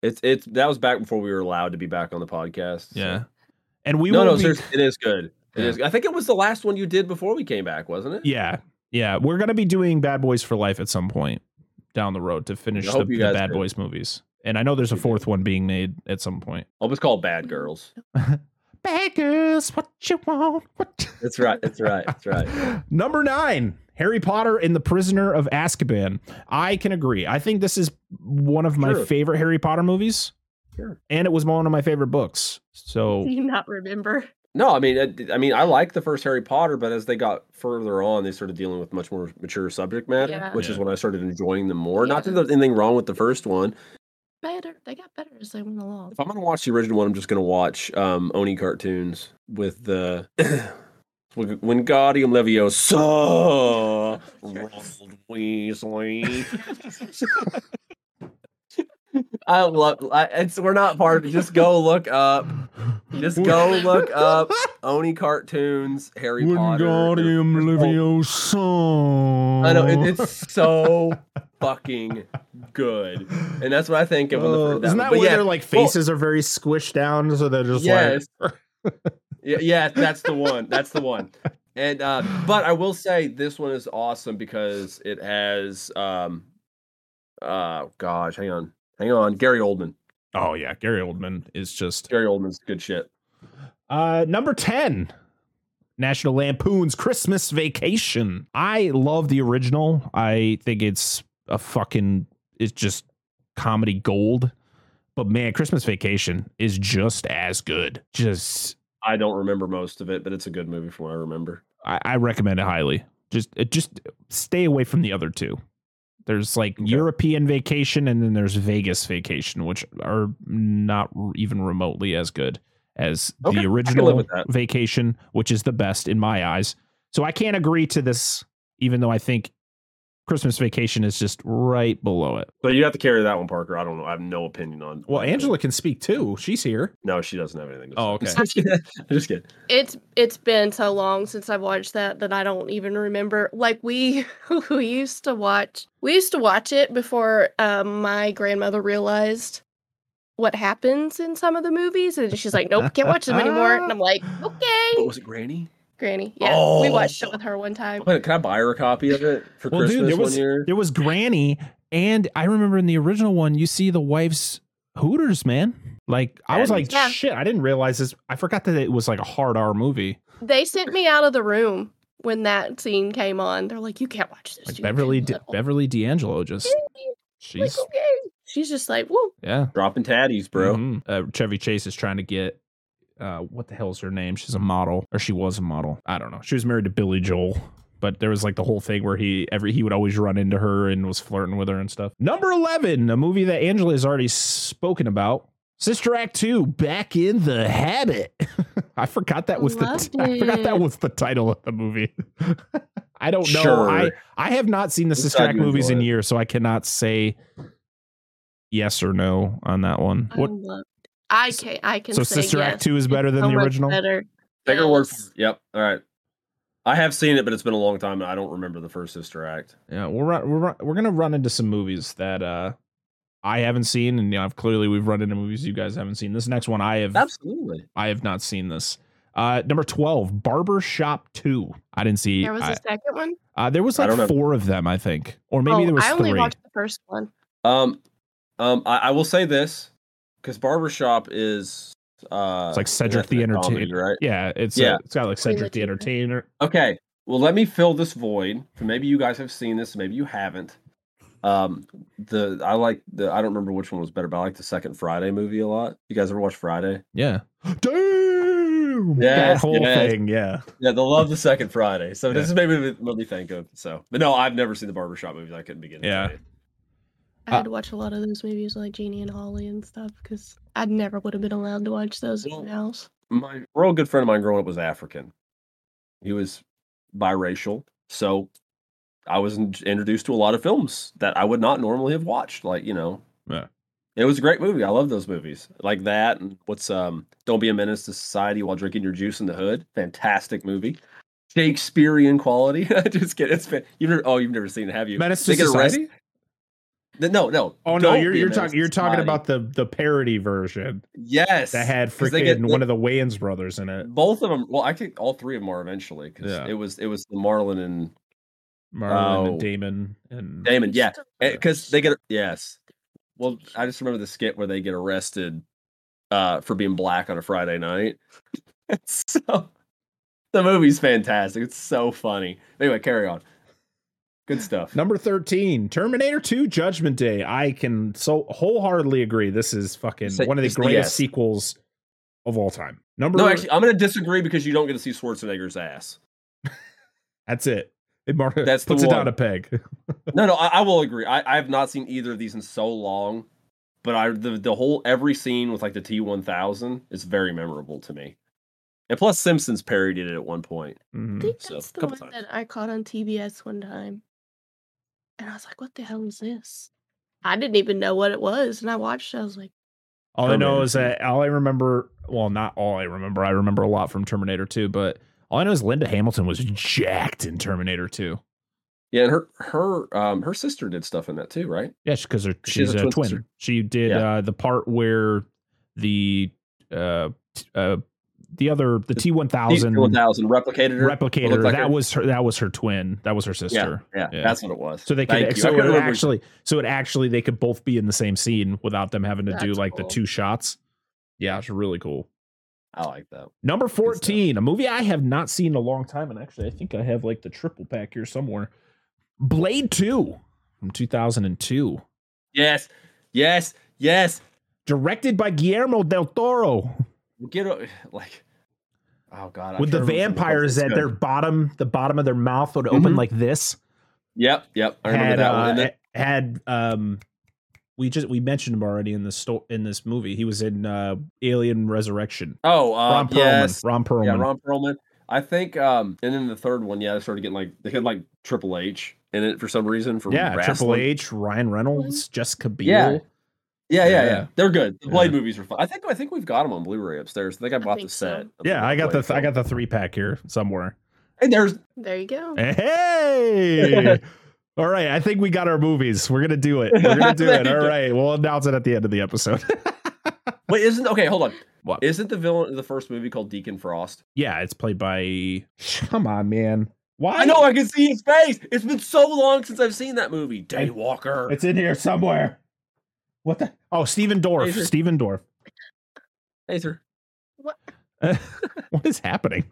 S2: It's it's that was back before we were allowed to be back on the podcast. so-
S1: And we
S2: no,
S1: will
S2: no,
S1: be-
S2: seriously, it is good. It
S1: Yeah.
S2: is. I think it was the last one you did before we came back, wasn't it?
S1: Yeah. Yeah. We're going to be doing Bad Boys for Life at some point down the road to finish
S2: I
S1: the,
S2: hope you
S1: the
S2: guys
S1: Bad
S2: do.
S1: Boys movies. And I know there's a fourth one being made at some point.
S2: I hope it's Oh, called Bad Girls.
S1: Bad girls, what you want? What?
S2: That's right. That's right. That's right.
S1: Number nine, Harry Potter and the Prisoner of Azkaban. I can agree. I think this is one of my
S2: Sure.
S1: favorite Harry Potter movies.
S2: Sure.
S1: And it was one of my favorite books. So
S3: Do you not remember?
S2: No, I mean, I, I mean, I like the first Harry Potter, but as they got further on, they started dealing with much more mature subject matter,
S3: Yeah.
S2: which is
S1: Yeah.
S2: when I started enjoying them more. Not that
S3: Yeah.
S2: there's anything wrong with the first one.
S3: Better. They got better as they went along.
S2: If I'm gonna watch the original one, I'm just gonna watch um, Oni cartoons with the Wing- Wingardium Leviosa, Ronald Weasley. I love. I, it's we're not part of it. Just go look up. Just go look up Oni cartoons, Uh, Harry Potter. There's- there's all-
S1: Leviosa.
S2: I know it, it's so fucking good, and that's what I think of. when the
S1: Uh,
S2: first,
S1: isn't
S2: one.
S1: that
S2: But
S1: where
S2: yeah,
S1: their like
S2: well-
S1: faces are very squished down, so they're just
S2: Yes.
S1: like
S2: Yeah, yeah, that's the one. That's the one. And uh, but I will say this one is awesome because it has um, uh, gosh, hang on, hang on, Gary Oldman.
S1: Oh yeah, Gary Oldman is just
S2: Gary Oldman's good shit.
S1: Uh, number 10, National Lampoon's Christmas Vacation. I love the original. I think it's a fucking, it's just comedy gold. But man, Christmas Vacation is just as good. Just,
S2: I don't remember most of it, but it's a good movie from what I remember.
S1: I, I recommend it highly. Just, it just stay away from the other two. There's like
S2: Okay.
S1: European Vacation and then there's Vegas Vacation, which are not even remotely as good as
S2: Okay,
S1: the
S2: I can live
S1: original
S2: with that.
S1: Vacation, which is the best in my eyes. So I can't agree to this, even though I think Christmas Vacation is just right below it.
S2: But you have to carry that one, Parker. I don't know. I have no opinion on.
S1: Well,
S2: on that.
S1: Angela can speak too. She's here.
S2: No, she doesn't have anything. To
S1: Oh, okay.
S2: say. I'm just kidding. I'm just kidding.
S3: It's it's been so long since I watched that that I don't even remember. Like we we used to watch we used to watch it before um, my grandmother realized what happens in some of the movies, and she's like, "Nope, can't watch them anymore." And I'm like,
S2: What
S3: "Okay,
S2: was it, Granny?
S3: Granny." Yeah, we
S2: Oh.
S3: watched it with her one time.
S2: Wait, Can I buy her a copy of it for
S1: Well, dude,
S2: Christmas
S1: there was
S2: one year?
S1: there was Granny, and I remember in the original one, you see the wife's Hooters, man. Like I was
S2: And-
S1: like,
S3: Yeah.
S1: shit, I didn't realize this. I forgot that it was like a hard R movie.
S3: They sent me out of the room when that scene came on. They're like, "You can't watch this."
S1: Like
S3: you
S1: Beverly
S3: can't
S1: D-
S3: watch
S1: Beverly D'Angelo just
S3: it." Like,
S1: she's
S3: okay. She's just like, "Whoa,
S1: yeah,
S2: Dropping tatties, bro.
S1: Mhm. Uh, Chevy Chase is trying to get uh, what the hell's her name? She's a model, or she was a model. I don't know. She was married to Billy Joel, but there was like the whole thing where he every he would always run into her and was flirting with her and stuff. Number eleven, a movie that Angela has already spoken about. Sister Act 2 back in the habit. I forgot that was the
S3: Loved
S1: t- I forgot that
S3: it.
S1: was the title of the movie. I don't know.
S2: Sure.
S1: Oh, I I have not seen the
S2: Looks
S1: Sister
S2: like
S1: Act
S2: you
S1: movies in
S2: enjoy it.
S1: years, so I cannot say yes or no on that one.
S3: I
S1: What?
S3: love." I can. I can.
S1: So
S3: say
S1: Sister
S3: yes.
S1: Act Two is better
S3: It's
S1: than
S3: so
S1: the
S3: much
S1: original.
S3: Better.
S2: Take her word for
S3: Yes.
S2: it. Yep. All right. I have seen it, but it's been a long time, and I don't remember the first sister act.
S1: Yeah, we're run, we're run, we're gonna run into some movies that uh I haven't seen, and you know, I've clearly we've run into movies you guys haven't seen. This next one I have
S2: Absolutely.
S1: I have not seen this. Uh, number twelve, Barber Shop Two. I didn't see.
S3: There was
S1: I-
S3: a second one.
S1: uh, there was
S2: I
S1: like
S2: don't know.
S1: four of them, I think, or maybe
S3: oh,
S1: there was
S3: I only
S1: three.
S3: watched the first one.
S2: Um, um, I, I will say this because barbershop is uh,
S1: It's like Cedric the
S2: ethnic comedy,
S1: Entertainer.
S2: right?
S1: yeah, it's yeah.
S2: Yeah.
S1: it's got like Cedric the
S3: Latina.
S1: Entertainer.
S2: Okay. Well, let me fill this void. Maybe you guys have seen this. Maybe you haven't. Um, the I like the I don't remember which one was better, but I like the second Friday movie a lot. You guys ever watch Friday?
S1: Yeah. Damn. that
S2: Yes,
S1: whole
S2: yes.
S1: thing. Yeah.
S2: Yeah, they love the second Friday. So
S1: Yeah.
S2: this is maybe what me think of. So, but no, I've never seen the barbershop movies. I couldn't begin. to
S1: Yeah.
S2: tell you.
S3: I
S1: Uh,
S3: had to watch a lot of those movies like Jeannie and Holly and stuff because I never would have been allowed to watch those in
S2: Well,
S3: the house.
S2: my real good friend of mine growing up was African. He was biracial, so I was in- introduced to a lot of films that I would not normally have watched. Like you know,
S1: Yeah.
S2: it was a great movie. I love those movies like that. And what's um, Don't Be a Menace to Society While Drinking Your Juice in the Hood. Fantastic movie. Shakespearean quality. I just kidding. It's been, you've never, oh, you've never seen it, have you?
S1: Menace to
S2: They get arrested-
S1: Society.
S2: No, no.
S1: Oh no,
S2: Don't
S1: you're
S2: Be a
S1: you're
S2: Menace
S1: talking
S2: to
S1: you're talking
S2: Society.
S1: about the the parody version
S2: yes
S1: that had
S2: 'cause they get-
S1: freaking one of the Wayans brothers in it.
S2: both of them. Well, I think all three of them are eventually because
S1: Uh, Yeah.
S2: it was it was the Marlin and
S1: Marlon
S2: Oh.
S1: and Damon and
S2: Damon, yeah,
S3: Still watch
S2: because eh, they get yes. Well, I just remember the skit where they get arrested uh, for being black on a Friday night. It's so the movie's fantastic. It's so funny. Anyway, carry on. Good stuff.
S1: Number 13, Terminator 2 Judgment Day. I can so wholeheartedly agree. This is fucking
S2: Say-
S1: one of the
S2: just a
S1: greatest
S2: yes.
S1: sequels of all time. Number
S2: No, actually, I'm going to disagree because you don't get to see Schwarzenegger's ass.
S1: That's it. It mar-
S2: That's the
S1: puts it down
S2: one.
S1: a peg.
S2: No, no, I, I will agree. I, I have not seen either of these in so long, but I the, the whole every scene with like the T1000 is very memorable to me. And plus, Simpsons parodied it at one point.
S3: I
S1: Mhm.
S3: think
S2: so,
S3: that's the
S2: couple
S3: one
S2: times.
S3: that I caught on TBS one time. And I was like, what the hell is this? I didn't even know what it was. And I watched it. I was like,
S1: All I know
S2: Terminator
S1: is
S2: 2.
S1: that all I remember, well, not all I remember. I remember a lot from Terminator 2, but all I know is Linda Hamilton was jacked in Terminator 2.
S2: Yeah, and her her um her sister did stuff in that too, right?
S1: Yeah, because she's,
S2: She has
S1: a,
S2: a
S1: twin.
S2: twin sister.
S1: She did
S2: Yeah.
S1: uh, the part where the uh, t- uh, the other the T one thousand
S2: One thousand replicated her. It
S1: replicator
S2: looked like
S1: that
S2: her.
S1: was her that was her twin that was her sister.
S2: yeah,
S1: Yeah.
S2: that's what it was.
S1: So they
S2: Thank
S1: could
S2: you.
S1: so
S2: I
S1: it
S2: couldn't
S1: would
S2: remember-
S1: actually so it actually they could both be in the same scene without them having to do
S3: That's
S1: like the
S3: cool.
S1: two shots. Yeah, it's really cool.
S2: I like that.
S1: Number
S2: stuff.
S1: 14, a movie I have not seen in a long time, and actually I think I have like the triple pack here somewhere. Blade 2 from 2002.
S2: Yes, yes, yes.
S1: Directed by Guillermo del Toro.
S2: We'll get o- like. Oh God! I
S1: with the
S2: can't remember the
S1: vampires
S2: fuck
S1: that
S2: it's
S1: their
S2: good.
S1: bottom the bottom of their mouth would open
S2: Mhm.
S1: like this
S2: Yep, yep. I remember
S1: had
S2: that one.
S1: uh,
S2: And then-
S1: had um we just we mentioned him already in the sto- in this movie he was in uh alien resurrection
S2: oh, uh,
S1: ron perlman
S2: yes.
S1: ron perlman
S2: Yeah, Ron Perlman. I think, um, and then the third one, yeah, I started getting like they had like Triple H in it for some reason. For
S1: Yeah, triple
S2: wrestling.
S1: h ryan reynolds jessica biel
S2: Yeah. Yeah, yeah, yeah,
S1: Yeah.
S2: They're good. The Blade
S1: Yeah.
S2: movies are fun. I think I think we've got them on Blu-ray upstairs. I think I bought
S3: think
S2: the set.
S3: so.
S2: of
S1: Yeah, i got the
S2: Blade
S1: th- i got
S2: film.
S1: the three pack here somewhere Eh,
S2: And there's
S3: there you go.
S1: hey all right i think we got our movies we're gonna do it we're gonna do
S2: There
S1: it
S2: you
S1: all
S2: go.
S1: right we'll announce it at the end of the episode
S2: wait, isn't okay? Hold on.
S1: What?
S2: isn't the villain of the first movie called Deacon Frost?
S1: yeah it's played by come on man why
S2: I know I can see his face. It's been so long since I've seen that movie. Daywalker.
S1: It's in here somewhere. What the? Oh, Stephen Dorff.
S2: Is it-
S1: Stephen Dorff.
S2: Aether.
S1: what is happening?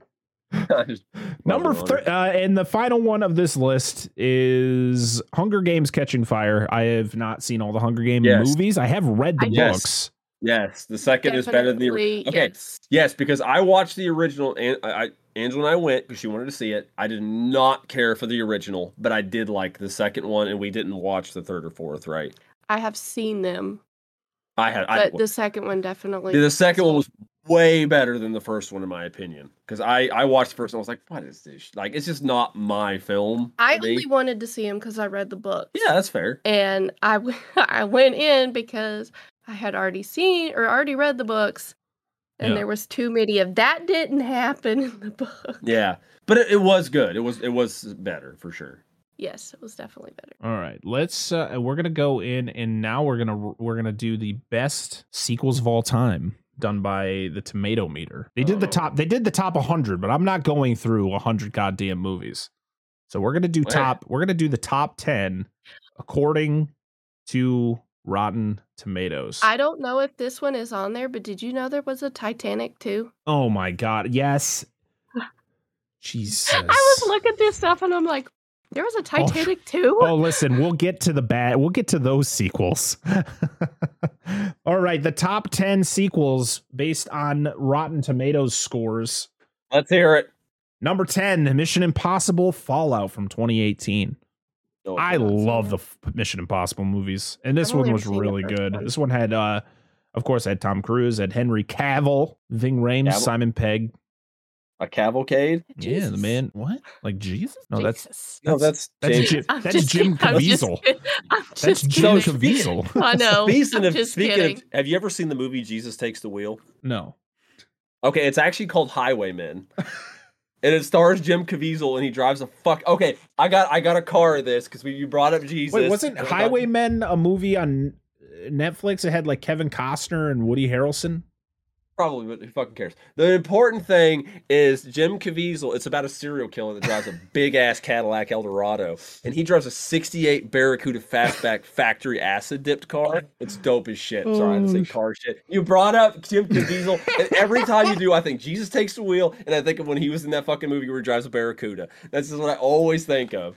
S2: Just-
S1: Number
S2: Well,
S1: three, uh, and the final one of this list is Hunger Games: Catching Fire. I have not seen all the Hunger Games
S2: Yes.
S1: movies. I have read the
S3: I-
S2: Yes.
S1: books.
S2: yes, the second is better than the original.
S3: Definitely,
S2: Okay.
S3: yes.
S2: Yes, because I watched the original, and I, I, Angela and I went because she wanted to see it. I did not care for the original, but I did like the second one, and we didn't watch the third or fourth, right?
S3: I have seen them,
S2: I had I,
S3: but the second one definitely.
S2: the second one was way better than the first one in my opinion because I I watched the first one, I was like, what is this? Like, it's just not my film.
S3: I
S2: to me.
S3: only wanted to see him because I read the book.
S2: yeah, that's fair.
S3: and I w- I went in because I had already seen or already read the books, and
S1: Yeah.
S3: there was too many of that didn't happen in the book.
S2: Yeah, but it, it was good. It was it was better for sure.
S3: Yes, it was definitely better.
S1: All right, let's. Uh, we're gonna go in, and now we're gonna we're gonna do the best sequels of all time, done by the Tomato Meter. They did the
S2: Oh.
S1: top. They did the top 100, but I'm not going through 100 goddamn movies. So we're gonna do
S2: Okay.
S1: top. We're gonna do the top 10 according to Rotten Tomatoes.
S3: I don't know if this one is on there, but did you know there was a Titanic too?
S1: Oh my god, yes. Jesus.
S3: I was looking this up and I'm like, there was a Titanic too.
S1: Oh, listen, we'll get to the bad. We'll get to those sequels. All right, the top 10 sequels based on Rotten Tomatoes scores.
S2: Let's hear it.
S1: Number 10, Mission Impossible Fallout from 2018.
S2: No,
S1: I
S2: it's not.
S1: love the f- Mission Impossible movies. And this
S3: Oh, I've
S1: one
S3: only
S1: was
S3: ever seen the
S1: really
S3: first
S1: good.
S3: one.
S1: This one had uh of course had Tom Cruise, had Henry Cavill, Ving Rhames,
S2: Cavill?
S1: Simon Pegg.
S2: a cavalcade.
S1: Yeah, the
S3: Jesus.
S1: man. What? Like Jesus? No, that's
S3: Jesus.
S2: No,
S1: That's-
S2: that's
S1: that's
S2: James-
S1: Jim,
S3: I'm
S1: that's
S3: just
S1: Jim
S3: kid- I'm just
S1: Caviezel.
S3: kid- I'm
S1: That's
S3: just
S1: Jim
S2: kidding.
S1: Caviezel.
S3: I know.
S2: Speaking
S3: I'm
S2: of,
S3: just
S2: speaking
S3: kidding.
S2: of, have you ever seen the movie Jesus Takes the Wheel?
S1: No.
S2: Okay, it's actually called Highwaymen. And it stars Jim Caviezel, and he drives a fuck. Okay, I got I got a car of this because you brought up Jesus.
S1: Wait, wasn't
S2: and I got-
S1: Highwaymen a movie on Netflix? It had like Kevin Costner and Woody Harrelson.
S2: probably? But who fucking cares? The important thing is Jim Caviezel. It's about a serial killer that drives a big ass Cadillac Eldorado, and he drives a '68 Barracuda fastback factory acid dipped car. It's dope as shit. Sorry, I didn't say car shit. You brought up Jim Caviezel, and every time you do, I think Jesus takes the wheel, and I think of when he was in that fucking movie where he drives a Barracuda. That's just what I always think of.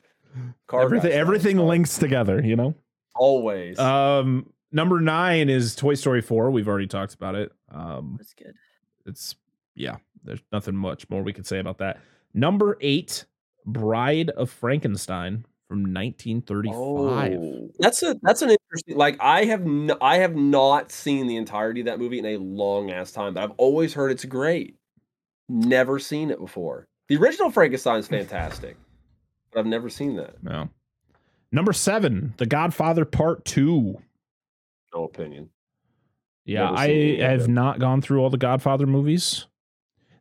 S2: Car
S1: everything
S2: drives
S1: everything
S2: cars.
S1: links together, you know.
S2: always.
S1: Oh. Um, number nine is Toy Story four. We've already talked about it. Um,
S3: That's good.
S1: it's yeah. There's nothing much more we could say about that. Number eight, Bride of Frankenstein from 1935.
S2: Oh, that's a that's an interesting. Like I have n- I have not seen the entirety of that movie in a long ass time, but I've always heard it's great. Never seen it before. The original Frankenstein's fantastic, but I've never seen that.
S1: No. Number seven, The Godfather Part Two.
S2: No opinion.
S1: Yeah,
S2: Never
S1: I
S2: seen any of
S1: have
S2: them.
S1: not gone through all the Godfather movies.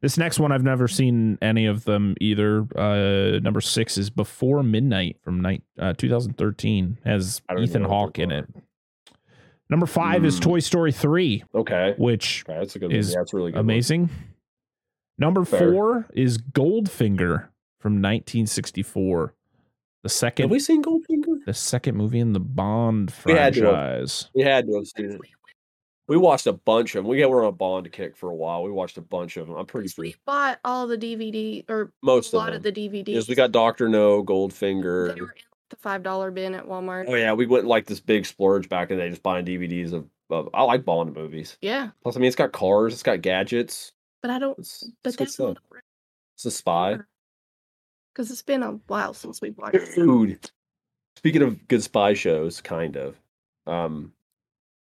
S1: This next one, I've never seen any of them either. Uh, number six is Before Midnight from night, uh, 2013, has
S2: I don't even
S1: Ethan
S2: know what
S1: Hawke in
S2: those
S1: it. Number five is
S2: Mm.
S1: Toy Story 3,
S2: Okay,
S1: which
S2: okay that's a good.
S1: Is
S2: Movie. That's a really good. one.
S1: amazing. Number
S2: Fair.
S1: four is Goldfinger from 1964, the
S2: Have
S1: second
S2: we seen Goldfinger?
S1: the second movie in the Bond
S2: We had to have.
S1: franchise.
S2: We had to have seen it. We watched a bunch of them. We were on a Bond kick for a while. We watched a bunch of them. I'm pretty sure
S3: We bought all the DVD or
S2: most
S3: a
S2: of
S3: lot
S2: them.
S3: of the DVDs.
S2: Yes, we got Doctor No,
S3: they
S2: Goldfinger.
S3: were in the five dollar bin at Walmart.
S2: Oh yeah, we went like this big splurge back in the day, just buying DVDs of. of I like Bond movies.
S3: Yeah,
S2: Plus, I mean, it's got cars, it's got gadgets.
S3: but I don't.
S2: It's,
S3: But
S2: it's good
S3: that's
S2: stuff. It's a spy,
S3: because it's been a while since we watched. it.
S2: dude. Speaking of good spy shows, kind of, um,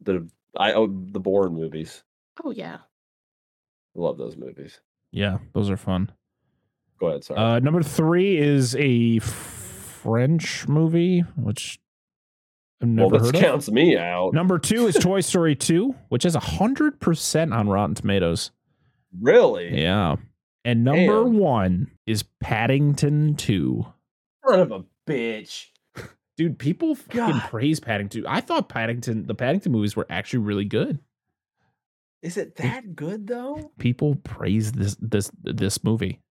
S2: the I oh, the Bourne movies.
S3: Oh yeah,
S2: I love those movies.
S1: Yeah, those are fun.
S2: Go ahead, sorry.
S1: Uh, number three is a French movie, which I've never
S2: well, this
S1: heard
S2: counts me out.
S1: of. Number two is Toy Story 2, which has 100% on Rotten Tomatoes.
S2: Really,
S1: Yeah. And number
S2: Damn.
S1: one is Paddington 2.
S2: son of a bitch.
S1: Dude, people fucking
S2: God.
S1: praise Paddington. 2. I thought Paddington, the Paddington movies were actually really good.
S2: Is it that good though?
S1: People praise this this this movie.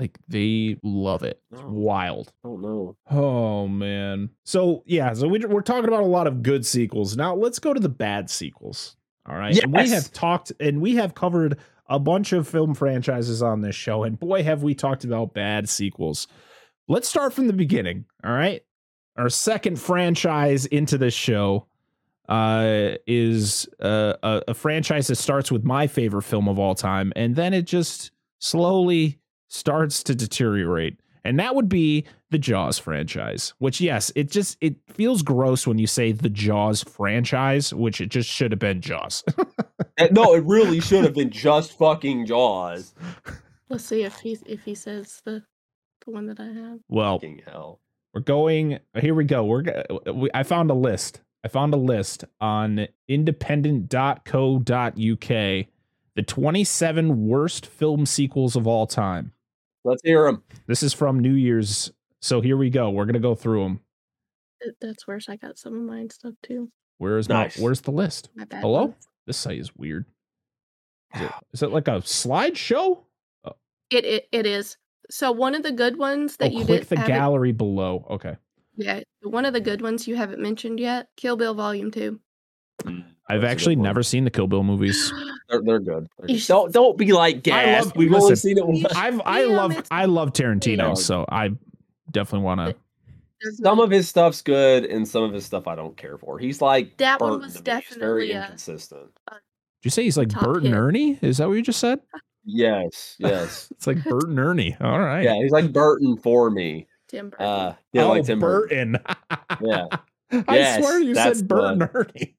S1: Like they love it. It's
S2: Oh.
S1: wild.
S2: I don't know.
S1: Oh man. So yeah, so we, we're talking about a lot of good sequels. Now let's go to the bad sequels. All right. And
S2: Yes.
S1: we have talked and we have covered a bunch of film franchises on this show, and boy, have we talked about bad sequels. Let's start from the beginning. All right. Our second franchise into this show uh, is uh, a, a franchise that starts with my favorite film of all time, and then it just slowly starts to deteriorate. And that would be the Jaws franchise, which yes, it just it feels gross when you say the Jaws franchise, which it just should have been Jaws.
S2: And Eh, no, it really should have been just fucking Jaws.
S3: Let's see if he if he says the the one that I have.
S1: well,
S2: Fucking hell.
S1: we're going here we go. We're go- we, I found a list. I found a list on independent.co.uk the 27 worst film sequels of all time.
S2: Let's hear him.
S1: This is from New Year's. So here we go. We're going to go through them.
S3: Th- That's worse. I got some of mine stuff too.
S1: Where is
S2: Nice.
S1: my where's the list?
S3: My bad.
S1: Hello? This site is weird. Is it, is it like a slideshow?
S3: It, it it is. So one of the good ones that
S1: oh,
S3: you
S1: click
S3: did
S1: the gallery below. Okay.
S3: yeah, one of the good ones you haven't mentioned yet. Kill Bill Volume Two.
S1: I've
S2: That's a
S1: actually
S2: good one.
S1: never seen the Kill Bill movies.
S2: They're, they're good. They're
S3: You
S2: good.
S3: should-
S2: Don't don't be like gas.
S1: love-
S2: We've only
S1: listen.
S2: seen it once.
S1: I've I
S3: Damn,
S1: love
S3: it's-
S1: I love Tarantino,
S2: Yeah.
S1: so I definitely want to.
S3: There's
S2: Some
S3: one-
S2: of his stuff's good, and some of his stuff I don't care for. He's like
S3: That one
S2: Burton
S3: was
S2: to me. He's very
S3: definitely a-
S2: inconsistent.
S1: Did you say he's like
S3: Top
S1: Bert and
S3: hit.
S1: Ernie? Is that what you just said?
S2: Yes, yes,
S1: It's like Bert and Ernie. All right.
S2: yeah. He's like Burton for me.
S3: Tim Burton.
S2: Uh, yeah,
S1: oh,
S2: like Tim Burton.
S1: Burton.
S2: Yeah.
S1: I
S2: Yes,
S1: swear you
S2: that's
S1: said Bert and Ernie.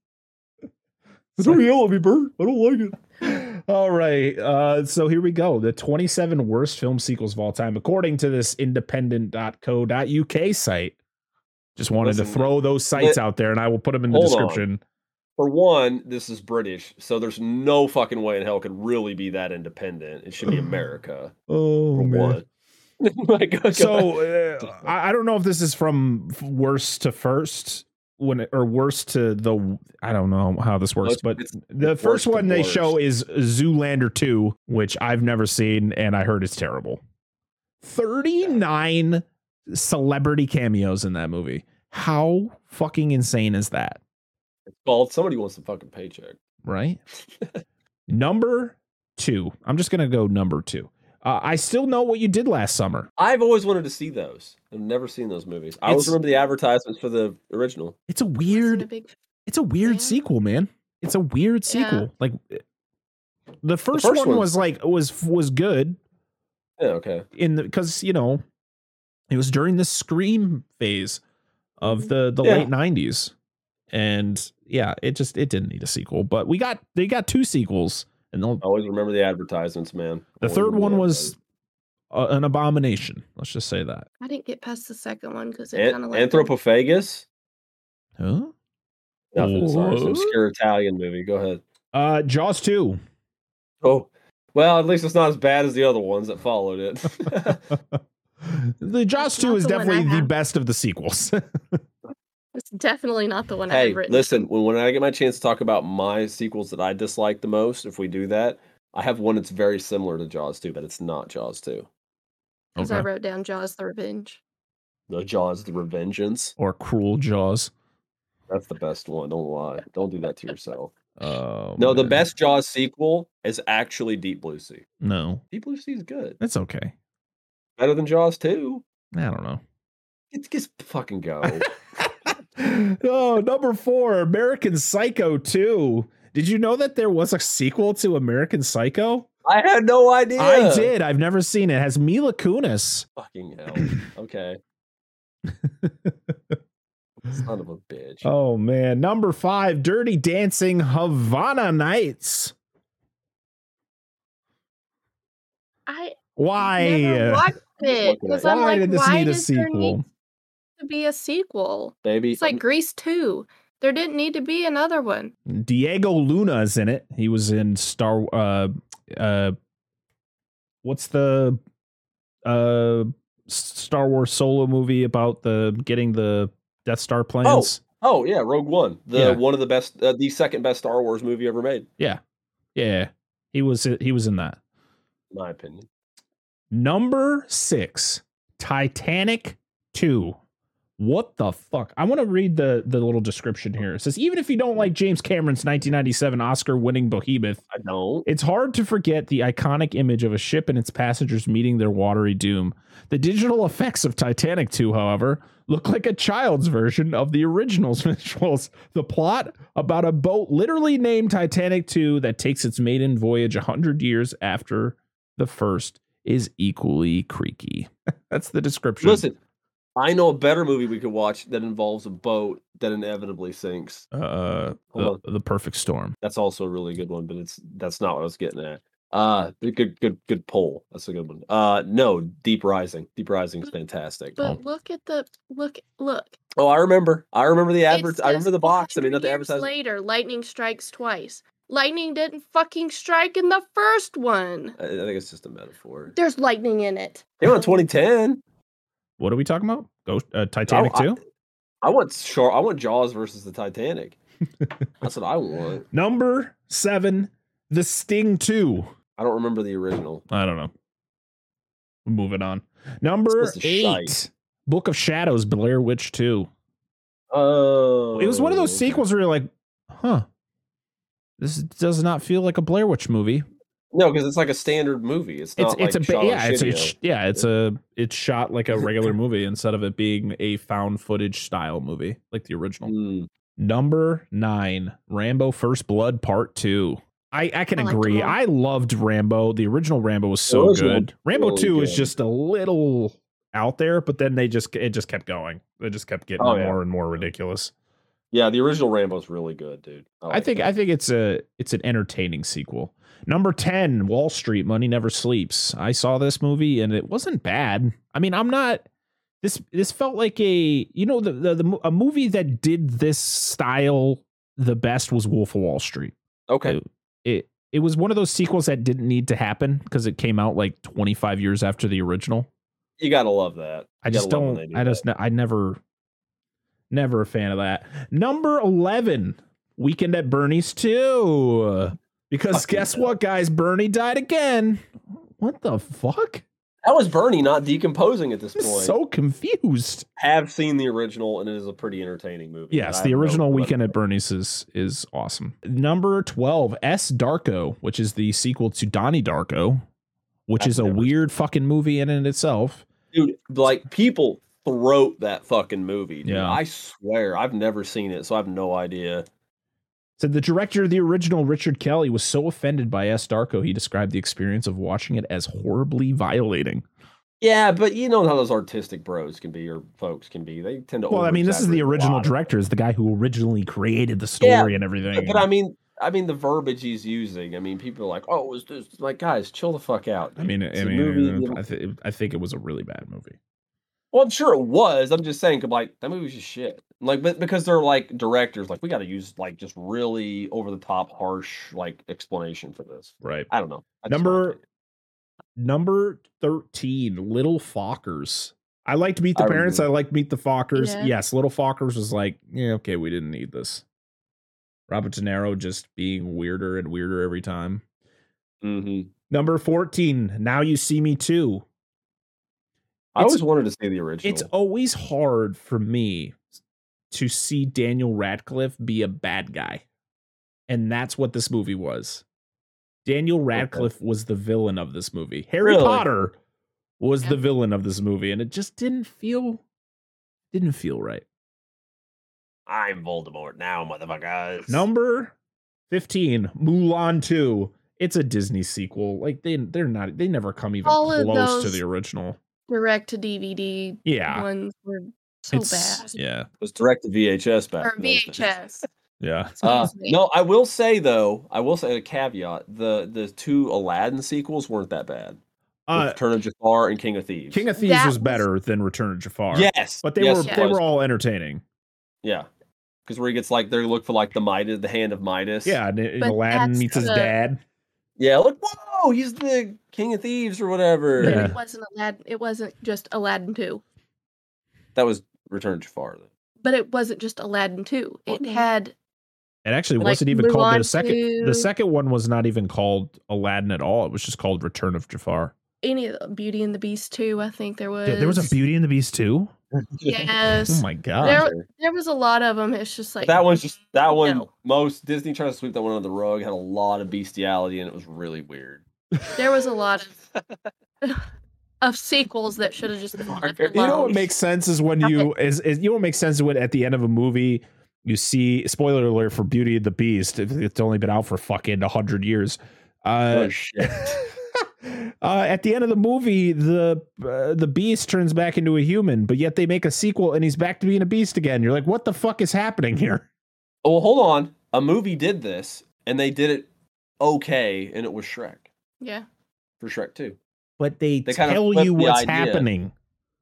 S2: Don't yell at me, Bert. I don't like it.
S1: All right. Uh, so here we go. The 27 worst film sequels of all time, according to this independent.co.uk site. Just wanted to
S2: Listen,
S1: throw those sites
S2: let-
S1: out there and I will put them in the
S2: Hold on.
S1: description.
S2: For one, this is British, so there's no fucking way in hell it could really be that independent. It should be America.
S1: Oh,
S2: For one. like, okay.
S1: So uh, I, I don't know if this is from f- worst to first when it, or worst to the I don't know how this works,
S2: It's-
S1: but
S2: it's-
S1: the
S2: it's
S1: first
S2: worst to
S1: one they
S2: worst.
S1: show is Zoolander 2, which I've never seen and I heard is terrible. 39 celebrity cameos in that movie. How fucking insane is that,
S2: it's called somebody wants a fucking paycheck.
S1: right? number 2. I'm just going to go number 2. Uh, I still know what you did last summer.
S2: I've always wanted to see those. I've never seen those movies. I always
S1: It's-
S2: remember the advertisements for the original.
S1: It's a
S3: Wasn't
S1: weird
S3: a big
S1: It's a weird
S3: Yeah.
S1: sequel, man. It's a weird
S3: Yeah.
S1: sequel. Like eh, the first,
S2: first
S1: one
S2: one-
S1: was like was was good
S2: Yeah, okay.
S1: in the because you know it was during the scream phase
S3: Mm-hmm.
S1: of the the
S2: Yeah.
S1: late nineties, and yeah, it just it didn't need a sequel. But we got they got two sequels, and the,
S2: I always remember the advertisements, man.
S1: the
S3: Oh,
S2: Always
S1: third
S2: remember
S1: one
S2: the
S1: was a, an abomination. Let's just say that.
S3: I didn't get past the second one because it kind of
S2: advertisements.
S3: like
S2: An- Anthropophagus.
S1: Huh?
S2: Nothing. Sorry,
S1: What?
S2: some obscure Italian movie. Go ahead.
S1: Uh, Jaws two.
S2: Oh, well, at least it's not as bad as the other ones that followed it.
S1: the Jaws
S3: That's
S1: two
S3: not
S1: is
S3: the one I
S1: definitely the
S3: have.
S1: best of the sequels.
S3: it's definitely not the one I
S2: hey,
S3: had written.
S2: listen. When when I get my chance to talk about my sequels that I dislike the most, if we do that, I have one that's very similar to Jaws 2, but it's not Jaws 2.
S3: because I wrote down Jaws the Revenge.
S2: The Jaws the Revengeance.
S1: or cruel jaws.
S2: That's the best one. Don't lie. Don't do that to yourself.
S1: Oh,
S2: No, the
S1: man.
S2: best Jaws sequel is actually Deep Blue Sea.
S1: No,
S2: Deep Blue Sea is good.
S1: that's okay.
S2: Better than Jaws 2.
S1: I don't know.
S2: It just fucking go.
S1: oh, number four, American Psycho two. Did you know that there was a sequel to American Psycho?
S2: I had no idea.
S1: I did. I've never seen it. it has Mila Kunis.
S2: Fucking hell. Okay. Son of a bitch.
S1: Oh man, number five, Dirty Dancing Havana Nights.
S3: I never
S1: Why?
S3: watched it
S2: Why
S3: because I'm
S1: Why
S3: like,
S1: did this
S3: why
S1: need a
S3: does there need
S1: sequel?
S3: to be a sequel?
S2: Baby. um,
S3: It's like Grease Two. There didn't need to be another one.
S2: Oh.
S1: Diego Luna is in it. He was in Star. Uh, uh, what's the uh Star Wars solo movie about the getting the Death Star plans?
S2: oh yeah, Rogue One. The
S1: Yeah.
S2: one of the best uh, the second best Star Wars movie ever made,
S1: Yeah, he was. He was in that.
S2: in my opinion.
S1: Number six, Titanic two. What the fuck? I want to read the the little description here. It says even if you don't like James Cameron's 1997 Oscar-winning behemoth,
S2: I don't.
S1: it's hard to forget the iconic image of a ship and its passengers meeting their watery doom. The digital effects of Titanic 2, however, look like a child's version of the original's visuals. The plot about a boat literally named Titanic 2 that takes its maiden voyage 100 years after the first is equally creaky. That's the description.
S2: Listen, I know a better movie we could watch that involves a boat that inevitably sinks.
S1: uh, the,
S2: Hold
S1: the perfect storm.
S2: That's also a really good one, but it's that's not what I was getting at. Uh, but good, good, good poll. That's a good one. Uh, no, Deep Rising. Deep Rising is fantastic.
S3: Mm, But look at the look look.
S2: Oh, I remember. I remember the
S3: It
S2: advert. I remember
S3: says
S2: the box. I mean,
S3: 100
S2: not the
S3: years
S2: advertisement.
S3: Later, lightning strikes twice. Lightning didn't fucking strike in the first one.
S2: I I think it's just a metaphor.
S3: There's lightning in it.
S2: They went 2010.
S1: What are we talking about? Ghost uh, Titanic
S2: I-
S1: 2?
S2: I want Shaw. I want Jaws versus the Titanic. That's what I want.
S1: Number 7, The Sting 2.
S2: I don't remember the original.
S1: I don't know. Moving on. Number
S2: This was
S1: eight,
S2: shite.
S1: Book of Shadows, Blair Witch 2.
S2: Oh,
S1: It was one of those
S2: okay.
S1: sequels where you're like, huh, this does not feel like a Blair Witch movie.
S2: No, because it's like a standard movie. It's
S1: It's
S2: not
S1: it's a
S2: like
S1: ba-
S2: shot on
S1: yeah, it's,
S2: Shitio.
S1: it's yeah, it's a it's shot like a regular movie instead of it being a found footage style movie like the original.
S2: Mm.
S1: Number nine, Rambo First Blood Part Two. I, I can
S3: I liked
S1: agree.
S3: them all.
S1: I loved Rambo. The original Rambo was so
S2: original
S1: good. Rambo
S2: really
S1: Two is
S2: good.
S1: just a little out there, but then they just it just kept going. It just kept getting
S2: Oh, yeah.
S1: more and more ridiculous.
S2: Yeah, the original Rambo's really good, dude.
S1: I think I think it's a it's an entertaining sequel. Number ten, Wall Street Money Never Sleeps. I saw this movie and it wasn't bad. I mean, I'm not this this felt like a you know the the, the mo- a movie that did this style the best was Wolf of Wall Street.
S2: okay.
S1: It it was one of those sequels that didn't need to happen because it came out like 25 years after the original.
S2: You gotta love that.
S1: I
S2: You
S1: just
S2: gotta love when
S1: don't.
S2: they do
S1: I just.
S2: that.
S1: Ne- I never. Never a fan of that. Number eleven, Weekend at Bernie's two. Because
S2: Fucking
S1: guess
S2: hell.
S1: what, guys? Bernie died again. What the fuck?
S2: That was Bernie not decomposing at this
S1: I'm
S2: point.
S1: so confused.
S2: have seen the original, and it is a pretty entertaining movie.
S1: Yes,
S2: I
S1: the
S2: have no
S1: original
S2: clue what-
S1: Weekend at Bernie's is is awesome. Number twelve, S Darko, which is the sequel to Donnie Darko, which
S2: I've
S1: is a
S2: never-
S1: weird fucking movie in and itself.
S2: dude. Like people throat that fucking movie. Dude.
S1: Yeah.
S2: I swear, I've never seen it, so I have no idea.
S1: Said the director of the original, Richard Kelly, was so offended by S. Darko, he described the experience of watching it as horribly violating.
S2: Yeah, but you know how those artistic bros can be, or folks can be. They tend to.
S1: Well, I mean, this is the
S2: over-exaggerate a
S1: original
S2: lot of
S1: director, is the guy who originally created the story
S2: Yeah,
S1: and everything.
S2: it. But I mean, I mean the verbiage he's using. I mean, people are like, "Oh, it was just like guys, chill the fuck out."
S1: I
S2: dude.
S1: mean,
S2: It's
S1: I
S2: a
S1: mean,
S2: movie,
S1: I, th- I think it was a really bad movie.
S2: Well, I'm sure it was. I'm just saying, 'cause, like that movie was just shit. Like, but because they're like directors, like we got to use like just really over the top, harsh like explanation for this.
S1: Right.
S2: I don't know. That's just my
S1: Number
S2: opinion.
S1: number thirteen, Little Fockers. I liked Meet the
S2: I remember
S1: Parents. I
S2: that.
S1: liked Meet the Fockers.
S3: Yeah.
S1: Yes, Little Fockers was like, yeah, okay, we didn't need this. Robert De Niro just being weirder and weirder every time.
S2: Mhm.
S1: Number 14, Now You See Me Too.
S2: I
S1: It's-
S2: always wanted to see the original.
S1: It's always hard for me to see Daniel Radcliffe be a bad guy. And that's what this movie was. Daniel Radcliffe was the villain of this movie. Harry
S2: Really?
S1: Potter was
S3: Yeah.
S1: the villain of this movie and it just didn't feel didn't feel right.
S2: I'm Voldemort now, motherfuckers.
S1: Number 15, Mulan 2. It's a Disney sequel. Like they they're not they never come even
S3: All of
S1: close to
S3: those-
S1: the original.
S3: Direct to DVD
S1: Yeah.
S3: ones were so bad.
S1: Yeah.
S2: It was direct to VHS back.
S3: Or
S2: in those days.
S3: VHS.
S1: Yeah.
S2: Uh,
S3: Excuse me.
S2: no, I will say though, I will say a caveat: the the two Aladdin sequels weren't that bad.
S1: Uh,
S2: Return of Jafar and King of Thieves.
S1: King of Thieves
S3: That
S1: was
S3: was-
S1: better than Return of Jafar.
S2: yes,
S1: but they
S2: yes,
S1: were
S2: it
S1: they
S2: was.
S1: were all entertaining.
S2: Yeah. Because where he gets like they look for like the Midas, the hand of Midas.
S1: Yeah, and, and
S3: But
S1: Aladdin
S3: that's
S1: meets his
S3: the-
S1: dad.
S2: Yeah, like, whoa, he's the king of thieves or whatever.
S1: Yeah.
S3: But it wasn't Aladdin. It wasn't just Aladdin two.
S2: That was Return to Jafar though.
S3: But it wasn't just Aladdin two. It had
S1: It actually
S3: Like
S1: wasn't even called the
S3: Mulan
S1: second. The
S3: too.
S1: second one was not even called Aladdin at all. It was just called Return of Jafar.
S3: any of the Beauty and the Beast two. I think there was.
S1: Yeah, there was a Beauty and the Beast too. Oh
S3: Yes.
S1: my
S3: there,
S1: god.
S3: there was a lot of them. It's just like
S2: But that one's just that one.
S3: No.
S2: Most Disney tries to sweep that one under the rug. Had a lot of bestiality and it was really weird.
S3: There was a lot of of sequels that should have just been left
S2: You
S1: You know
S3: alone.
S1: what makes sense is when
S3: Stop
S1: you is, is you know what makes sense is when at the end of a movie you see spoiler alert for Beauty and the Beast. if It's only been out for fucking hundred years. Uh,
S2: oh shit!
S1: uh, at the end of the movie, the uh, the beast turns back into a human, but yet they make a sequel and he's back to being a beast again. You're like, what the fuck is happening here?
S2: Oh, well, hold on. A movie did this and they did it okay, and it was Shrek
S3: Yeah.
S2: for Shrek Two.
S1: But they,
S2: They kinda
S1: tell
S2: flip
S1: you
S2: the
S1: what's
S2: idea.
S1: happening.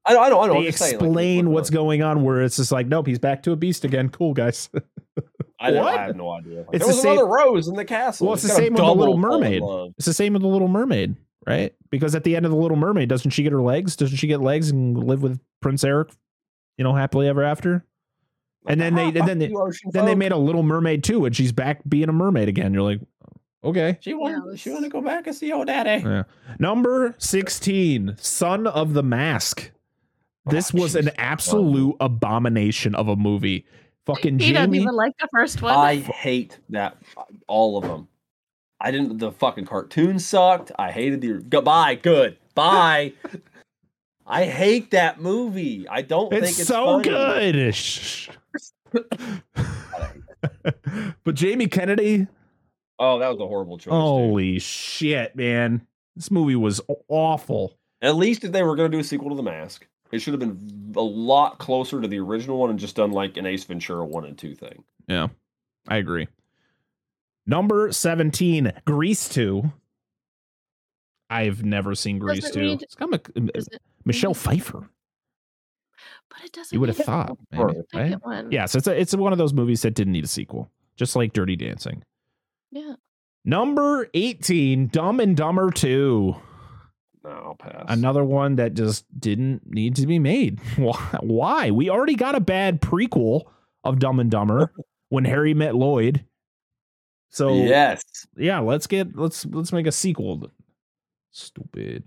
S2: I don't. I don't. I don't
S1: They explain what's going on. Where it's just like, nope, he's back to a beast again. Cool guys.
S2: I, don't-
S1: What?
S2: I have no idea. Like,
S1: It's
S2: there
S1: the
S2: was
S1: same-
S2: another Rose in the castle.
S1: Well, it's the
S2: kinda
S1: same with The Little
S2: double fall in
S1: Mermaid.
S2: love.
S1: It's the same with the Little Mermaid, right? Because at the end of the Little Mermaid, doesn't she get her legs? Doesn't she get legs and live with Prince Eric, you know, happily ever after? And then they- and then they-
S2: "Ah, You ocean
S1: Then they
S2: folk.
S1: made a Little Mermaid too, and she's back being a mermaid again. You're like, okay.
S2: She
S3: Yeah,
S2: wanted. She
S3: it's-
S2: wanted to go back and see old daddy.
S1: Yeah. Number sixteen, Son of the Mask. This
S2: Oh,
S1: was an
S2: Jesus.
S1: absolute abomination of a movie. Fucking
S3: He doesn't
S1: Jamie.
S3: even like the first one.
S2: I hate that. uh, All of them. I didn't. The fucking cartoon sucked. I hated the. Goodbye. Good. Bye. I hate that movie. I don't
S1: It's
S2: think it's
S1: so
S2: funny.
S1: good. Shh. but Jamie Kennedy,
S2: Oh, that was a horrible choice. dude.
S1: Holy shit, man. This movie was awful.
S2: At least if they were going to do a sequel to The Mask, it should have been a lot closer to the original one and just done like an Ace Ventura one and two thing.
S1: Yeah. I agree. Number 17, Grease 2. I've never seen
S3: Doesn't
S1: Grease 2.
S3: need-
S1: It's got Mc-
S3: Does it-
S1: Michelle Pfeiffer.
S3: but it doesn't.
S1: You would have
S3: need a
S1: thought. maybe,
S2: Right.
S1: right?
S3: second one.
S1: Yeah, so it's, a, it's one of those movies that didn't need a sequel, just like Dirty Dancing.
S3: Yeah.
S1: Number 18, Dumb and Dumber 2.
S2: No, I'll pass.
S1: Another one that just didn't need to be made. Why? Why? We already got a bad prequel of Dumb and Dumber when Harry met Lloyd. So yeah.
S2: yes.
S1: let's get let's let's make a sequel. Stupid.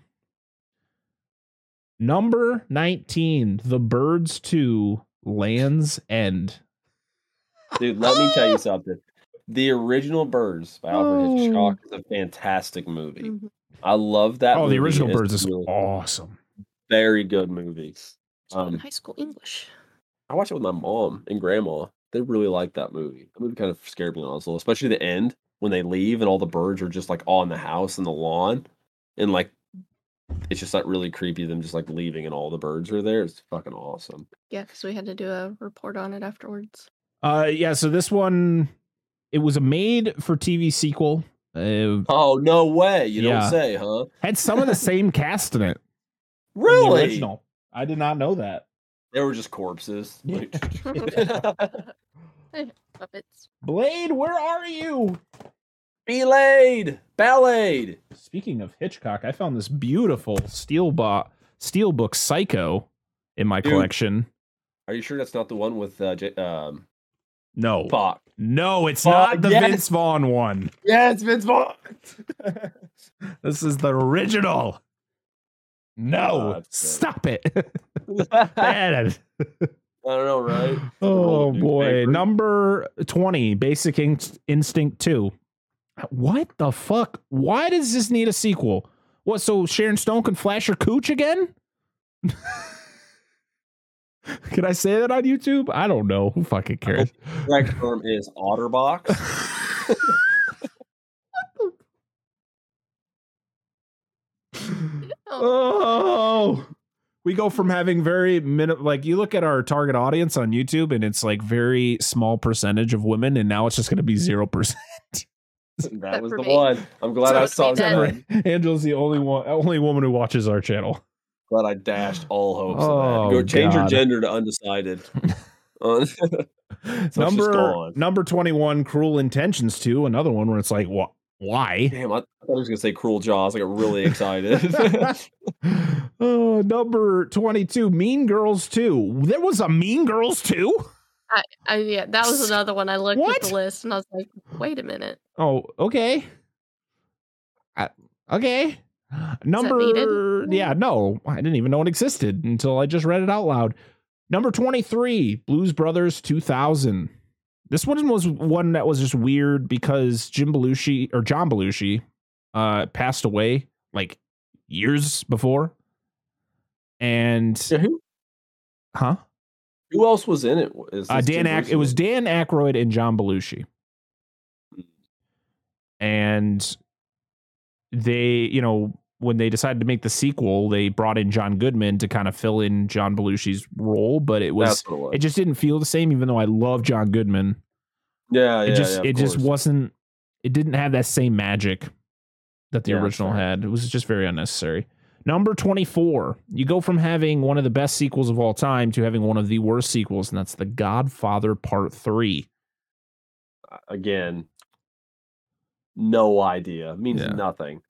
S1: Number 19, The Birds 2 Lands End.
S2: Dude, let me tell you something. The original Birds by Alfred
S1: Oh.
S2: Hitchcock is a fantastic movie.
S3: Mhm.
S2: I love that.
S1: oh, the
S2: movie.
S1: original
S2: It's
S1: Birds is
S2: really-
S1: awesome.
S2: very good movie. Um,
S3: High school English.
S2: I watched it with my mom and grandma. They really liked that movie. That movie kind of scared me when I was little, especially the end when they leave and all the birds are just like on the house and the lawn, and like it's just like really creepy. Them just like leaving and all the birds are there. It's fucking awesome.
S3: Yeah, because we had to do a report on it afterwards.
S1: Uh yeah, so this one it was a made for TV sequel. Uh,
S2: Oh no way! You
S1: Yeah.
S2: don't say, huh?
S1: had some of the same cast in it. from the
S2: Really?
S1: original. I did not know that.
S2: They were just corpses.
S1: Yeah.
S3: Puppets.
S1: Blade, where are you?
S2: Belayed, ballayed.
S1: Speaking of Hitchcock, I found this beautiful steel bo- steel book Psycho in my
S2: Dude.
S1: collection.
S2: Are you sure that's not the one with uh, J- um,
S1: No.
S2: Fox?
S1: No, it's
S2: Uh,
S1: not the
S2: yes.
S1: Vince Vaughn one.
S2: Yeah, it's Vince Vaughn.
S1: This is the original. No,
S2: Ah, that's good.
S1: stop it.
S2: I
S1: Bad.
S2: don't know, right?
S1: Oh
S2: Roll the
S1: boy.
S2: newspaper.
S1: Number 20, Basic Inst- Instinct 2. What the fuck? Why does this need a sequel? What so Sharon Stone can flash her cooch again? can I say that on YouTube? I don't know. Who fucking cares?
S2: correct term is Otterbox.
S1: oh. We go from having very minute like you look at our target audience on YouTube and it's like very small percentage of women and now it's just going to be 0%.
S2: That was
S3: for
S2: the
S3: me.
S2: one. I'm glad I
S3: Except for
S2: saw
S3: me, Dad.
S2: that.
S1: Right. Angel's the only one, only woman who watches our channel.
S2: Glad I dashed all hopes
S1: Oh,
S2: of that. Go change
S1: God.
S2: your gender to undecided. Uh, just
S1: number
S2: gone.
S1: number twenty one, Cruel Intentions two, another one where it's like, what? Why?
S2: Damn, I I thought I was gonna say cruel jaws. I got really excited.
S1: oh, Uh, number twenty two, Mean Girls two. There was a Mean Girls two.
S3: I, yeah, that was another one. I looked at
S1: What?
S3: the list and I was like, wait a minute.
S1: Oh, okay. I- okay. Number,
S3: needed?
S1: yeah, no, I didn't even know it existed until I just read it out loud. Number 23, Blues Brothers 2000. This one was one that was just weird because Jim Belushi or John Belushi uh, passed away like years before. And
S2: Yeah, who
S1: huh?
S2: who else was in it? Is
S1: Uh,
S2: this
S1: Dan
S2: Jim
S1: Ack,
S2: Belushi?
S1: it was Dan Aykroyd and John Belushi. And they, you know, when they decided to make the sequel, they brought in John Goodman to kind of fill in John Belushi's role, but it was
S2: That's what it was.
S1: it just didn't feel the same even though I love John Goodman.
S2: yeah,
S1: It
S2: yeah,
S1: just
S2: yeah, of
S1: it just
S2: course.
S1: wasn't it didn't have that same magic that the
S2: Yeah,
S1: original
S2: fair.
S1: had. It was just very unnecessary. Number 24. You go from having one of the best sequels of all time to having one of the worst sequels and that's The Godfather Part 3.
S2: again. No idea. Means
S1: Yeah.
S2: nothing.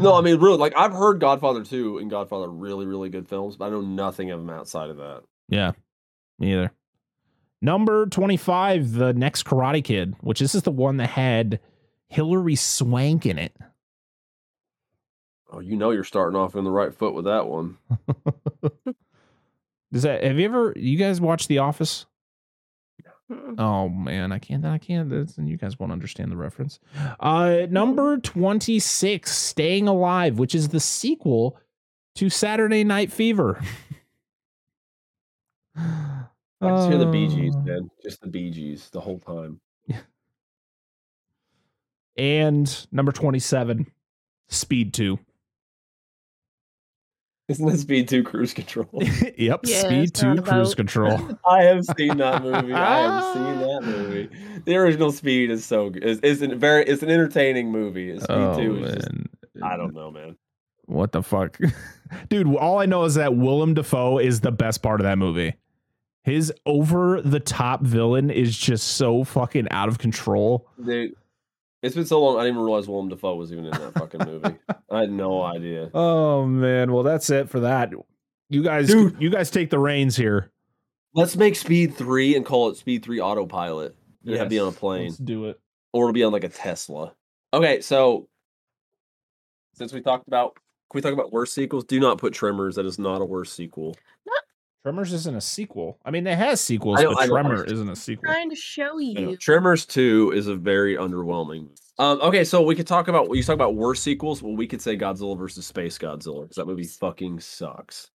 S2: No, I mean, really, like I've heard Godfather 2 and Godfather really, really good films, but I know nothing of them outside of that.
S1: Yeah. Me either. Number 25, The Next Karate Kid, which this is the one that had Hilary Swank in it.
S2: Oh, you know you're starting off in the right foot with that one.
S1: Does that have you ever you guys watched The Office?
S3: Mm-mm.
S1: Oh man, I can't I can't that's, and you guys won't understand the reference. Uh number 26, Staying Alive, which is the sequel to Saturday Night Fever.
S2: I just hear the Bee
S1: Uh, Oh.
S2: Gees, man. Just the Bee Gees the whole time.
S1: And number 27, Speed 2.
S2: Isn't this Speed 2 Cruise Control?
S1: yep,
S3: Yeah,
S1: Speed
S3: it's not
S1: 2 Cruise
S3: about-
S1: Control.
S2: I have seen that movie. I have seen that movie. The original Speed is so good. Is is an very it's an entertaining movie. Speed
S1: Oh,
S2: 2 is just
S1: man.
S2: I don't know, man.
S1: What the fuck? Dude, all I know is that Willem Dafoe is the best part of that movie. His over the top villain is just so fucking out of control.
S2: Dude, it's been so long I didn't even realize Willem Dafoe was even in that fucking movie. I had no idea.
S1: Oh man, well that's it for that. You guys
S2: Dude.
S1: you guys take the reins here.
S2: Let's make Speed 3 and call it Speed 3 Autopilot. It'd have to be on a plane.
S1: Let's do it.
S2: or it'll be on like a Tesla. Okay, so since we talked about can we talk about worst sequels? Do not put Tremors. That is not a worst sequel.
S1: Tremors isn't a sequel. I mean, it has sequels,
S2: I know-
S1: but
S2: I know, I
S1: Tremor
S2: just-
S1: isn't a sequel.
S3: Trying to show
S2: I know.
S3: you.
S2: Tremors Two is a very underwhelming. Um, okay, so we could talk about you talk about worst sequels. Well, we could say Godzilla versus Space Godzilla because that movie fucking sucks,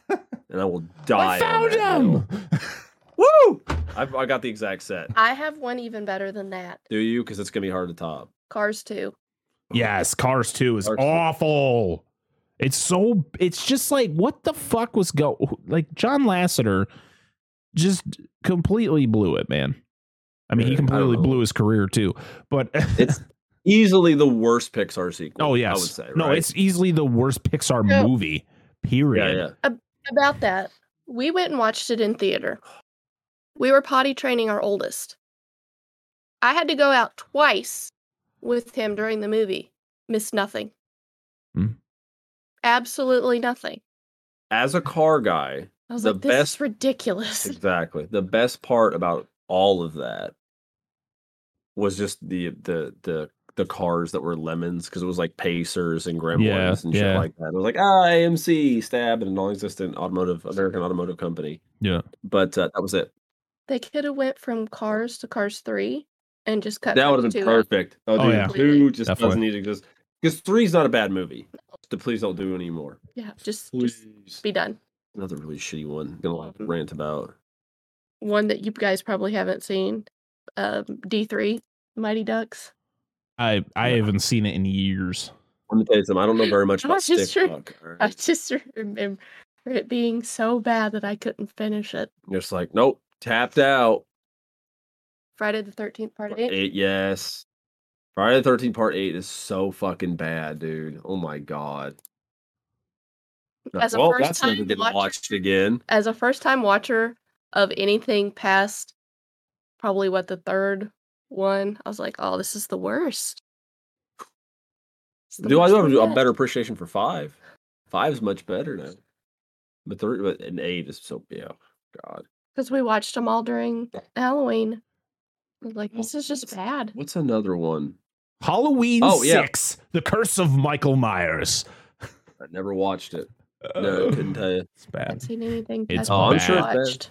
S2: and I will die.
S1: I
S2: on
S1: found
S2: that hill.
S1: him.
S2: Woo! I've, I got the exact set.
S3: I have one even better than that.
S2: Do you? Because it's gonna be hard to top.
S3: Cars 2.
S1: Yes, Cars 2 is
S2: Cars 2.
S1: awful. It's so it's just like what the fuck was go like John Lasseter just completely blew it, man. I mean, he
S2: Yeah, I don't
S1: completely
S2: know.
S1: blew his career too. But
S2: It's easily the worst Pixar sequel.
S1: oh yes.
S2: I would say.
S1: No,
S2: right?
S1: it's easily the worst Pixar
S3: Yeah.
S1: movie. Period.
S2: yeah, yeah.
S3: About that, we went and watched it in theater. We were potty training our oldest. I had to go out twice with him during the movie. Missed nothing.
S1: Hmm.
S3: Absolutely nothing.
S2: As a car guy,
S3: I was
S2: The
S3: like, this
S2: best-
S3: is ridiculous.
S2: Exactly. The best part about all of that was just the the the the cars that were lemons because it was like Pacers and Gremlins
S1: Yeah,
S2: and shit
S1: yeah.
S2: like that. It was like ah AMC stab and a non-existent automotive American automotive company.
S1: Yeah.
S2: but uh, that was it.
S3: They could have went from Cars to Cars 3 and just cut
S2: that
S3: back
S2: would have
S3: to uh,
S2: been
S3: it.
S2: perfect. Oh,
S1: Oh,
S2: dude,
S1: yeah.
S2: two just doesn't
S1: Definitely.
S2: need to exist because three's not a bad movie. So please don't do anymore.
S3: Yeah, just, just
S2: Please.
S3: be Mm-hmm. done.
S2: Another really shitty one. Gonna rant about.
S3: One that you guys probably haven't seen um, D3, Mighty Ducks.
S1: I I haven't seen it in years.
S2: Let me tell you something. I don't know very much
S3: I
S2: about
S3: was just
S2: stick
S3: trying-
S2: fuck, all
S3: I
S2: right?
S3: just remember it being so bad that I couldn't finish it.
S2: Just like nope, tapped out.
S3: Friday the 13th, part
S2: Part
S3: 8.
S2: Eight, yes. Friday the Thirteenth Part Eight is so fucking bad, dude. Oh my god. No-
S3: As a
S2: well,
S3: first
S2: that's never
S3: time
S2: getting
S3: watcher-
S2: watched again.
S3: As a first time watcher of anything past probably what the third one, I was like, oh, this is the worst. It's the
S2: Do I
S3: worst
S2: have
S3: one
S2: a
S3: yet.
S2: better appreciation for five? Five's much better now. But three, but an eight is so yeah. God,
S3: because we watched them all during Halloween. I was Like
S2: Oh,
S3: this is just bad.
S2: what's another one?
S1: Halloween
S2: Oh, yeah.
S1: 6, The Curse of Michael Myers.
S2: I never watched it.
S1: Uh.
S2: No, couldn't tell you.
S1: It's
S3: haven't
S1: bad.
S3: seen anything.
S1: It's
S3: I've
S1: Oh, I'm sure
S2: it's bad.
S3: watched.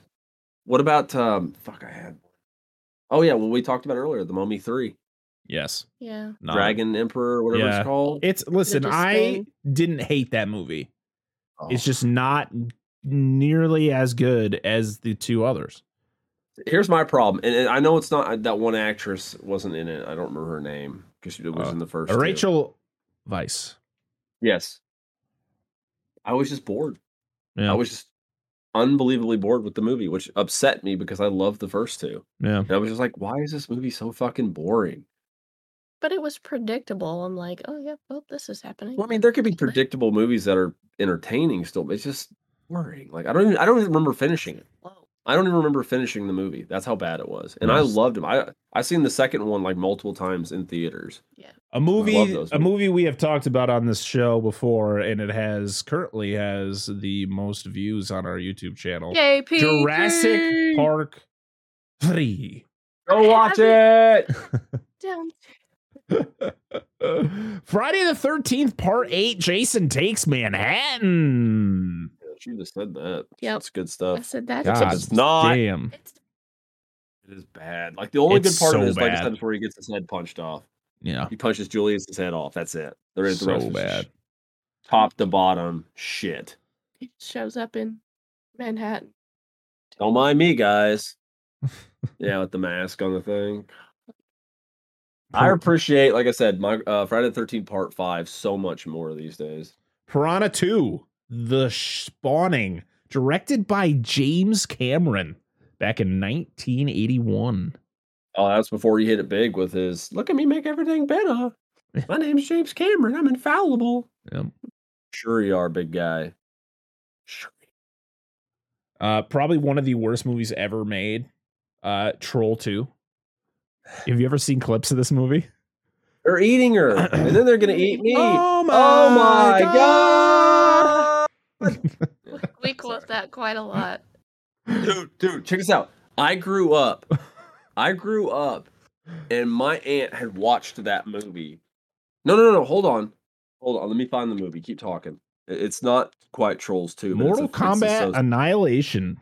S2: What about um? Fuck, I had. Oh yeah, well we talked about earlier the Mummy Three,
S1: Yes.
S3: Yeah.
S1: No.
S2: Dragon Emperor, whatever
S1: Yeah.
S2: it's called.
S1: It's listen,
S3: just
S1: I
S3: thing.
S1: didn't hate that movie.
S2: Oh,
S1: It's just not nearly as good as the two others.
S2: here's my problem, and, and I know it's not uh, that one actress wasn't in it. I don't remember her name because she was
S1: Uh,
S2: in the first. two.
S1: Rachel Vice.
S2: Yes. I was just bored.
S1: Yeah.
S2: I was just unbelievably bored with the movie, which upset me because I loved the first two.
S1: yeah.
S2: And I was just like, why is this movie so fucking boring?
S3: But it was predictable. I'm like, oh yeah, well this is happening.
S2: Well, I mean, there could be predictable movies that are entertaining still, but it's just boring. Like I don't even I don't even remember finishing it.
S3: Whoa.
S2: I don't even remember finishing the movie. That's how bad it was. And I
S1: Nice.
S2: loved him. I I seen the second one like multiple times in theaters.
S1: A movie
S2: those
S1: a movie we have talked about on this show before and it has currently has the most views on our YouTube channel.
S3: Yay,
S1: Jurassic
S3: PG!
S1: Park 3.
S2: Go watch it.
S3: Down.
S1: Friday the 13th, part 8 Jason Takes Manhattan.
S2: She just said that.
S3: Yep.
S2: It's good
S3: I
S2: stuff.
S3: said that.
S2: God. it's not.
S1: Damn.
S3: It's
S2: It is bad. Like the only
S1: It's
S2: good part of
S1: so
S2: it is like I
S1: bad.
S2: said before he gets his head punched off.
S1: Yeah.
S2: He punches Julius's head off. That's it. There is the
S1: So
S2: rest is just
S1: bad.
S2: Top to bottom shit.
S3: it shows up in Manhattan.
S2: Don't mind me, guys. yeah, with the mask on the thing. I appreciate, like I said, my uh, Friday the Thirteenth Part Five so much more these days.
S1: Piranha 2, The Spawning, directed by James Cameron back in 1981.
S2: Oh, that's before he hit it big with his "Look at me, make everything better." My name's James Cameron. I'm infallible.
S1: Yep.
S2: Sure you are, big guy. Sure.
S1: Uh, probably one of the worst movies ever made. Uh, Troll 2. Have you ever seen clips of this movie?
S2: They're eating her, and then they're gonna eat me.
S1: Oh
S2: Oh my god!
S3: We- We quote that quite a lot.
S2: Dude, dude, check this out. I grew up. I grew up, and my aunt had watched that movie. No, no, no, no. Hold on, hold on. Let me find the movie. Keep talking. I- It's not quite Trolls Two. but it's
S1: Mortal
S2: a- it's a
S1: Kombat
S2: so-
S1: Annihilation.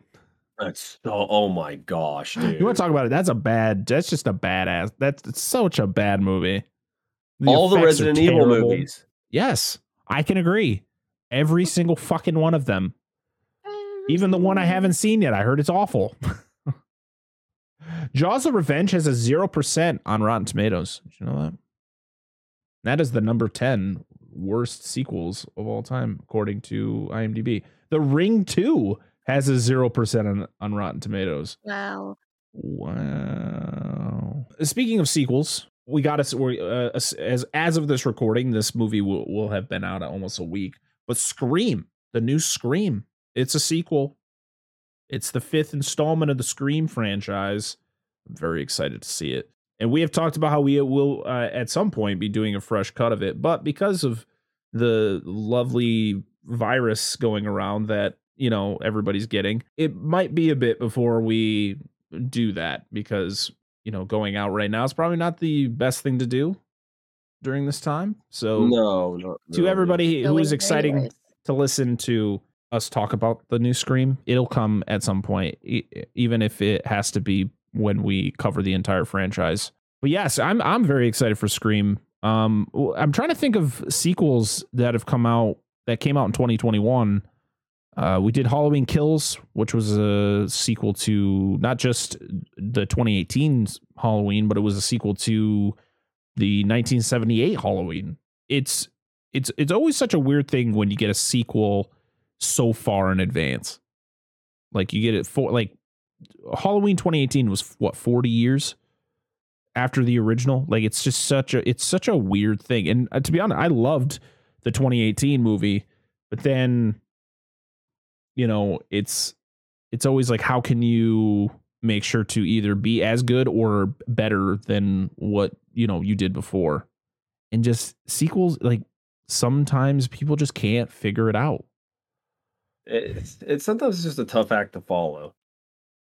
S2: that's so- oh my gosh, dude.
S1: You want to talk about it? That's a bad. That's just a badass. That's it's such a bad movie.
S2: all the
S1: effects are
S2: Resident Evil
S1: terrible.
S2: movies?
S1: Yes, I can agree. Every single fucking one of them. Even the one I haven't seen yet. I heard it's awful. Jaws of Revenge has a 0% on Rotten Tomatoes. Did you know that? That is the number 10 worst sequels of all time, according to IMDb. The Ring 2 has a 0% on, on Rotten Tomatoes.
S3: Wow.
S1: Wow. Uh, Speaking of sequels, we got us we're, uh, as as- as of this recording, this movie will, will have been out almost a week. But Scream, the new Scream, it's a sequel. It's the fifth installment of the Scream franchise. I'm very excited to see it. And we have talked about how we will uh, at some point be doing a fresh cut of it, but because of the lovely virus going around that, you know, everybody's getting, it might be a bit before we do that because you know going out right now is probably not the best thing to do during this time so
S2: No, no,
S1: to
S2: no, no.
S1: everybody who
S3: Going
S1: is
S3: there
S1: exciting
S3: anyways.
S1: to listen to us talk about the new scream it'll come at some point e- even if it has to be when we cover the entire franchise but yes i'm i'm very excited for scream um w- i'm trying to think of sequels that have come out that came out in 2021 uh, we did Halloween Kills, which was a sequel to not just the 2018 Halloween, but it was a sequel to the 1978 Halloween. It's it's it's always such a weird thing when you get a sequel so far in advance. Like you get it for like Halloween 2018 was what 40 years after the original. Like it's just such a it's such a weird thing. And uh, to be honest, I loved the 2018 movie, but then you know, it's it's always like how can you make sure to either be as good or better than what, you know, you did before. And just sequels like sometimes people just can't figure it out.
S2: it's, it's sometimes it's just a tough act to follow.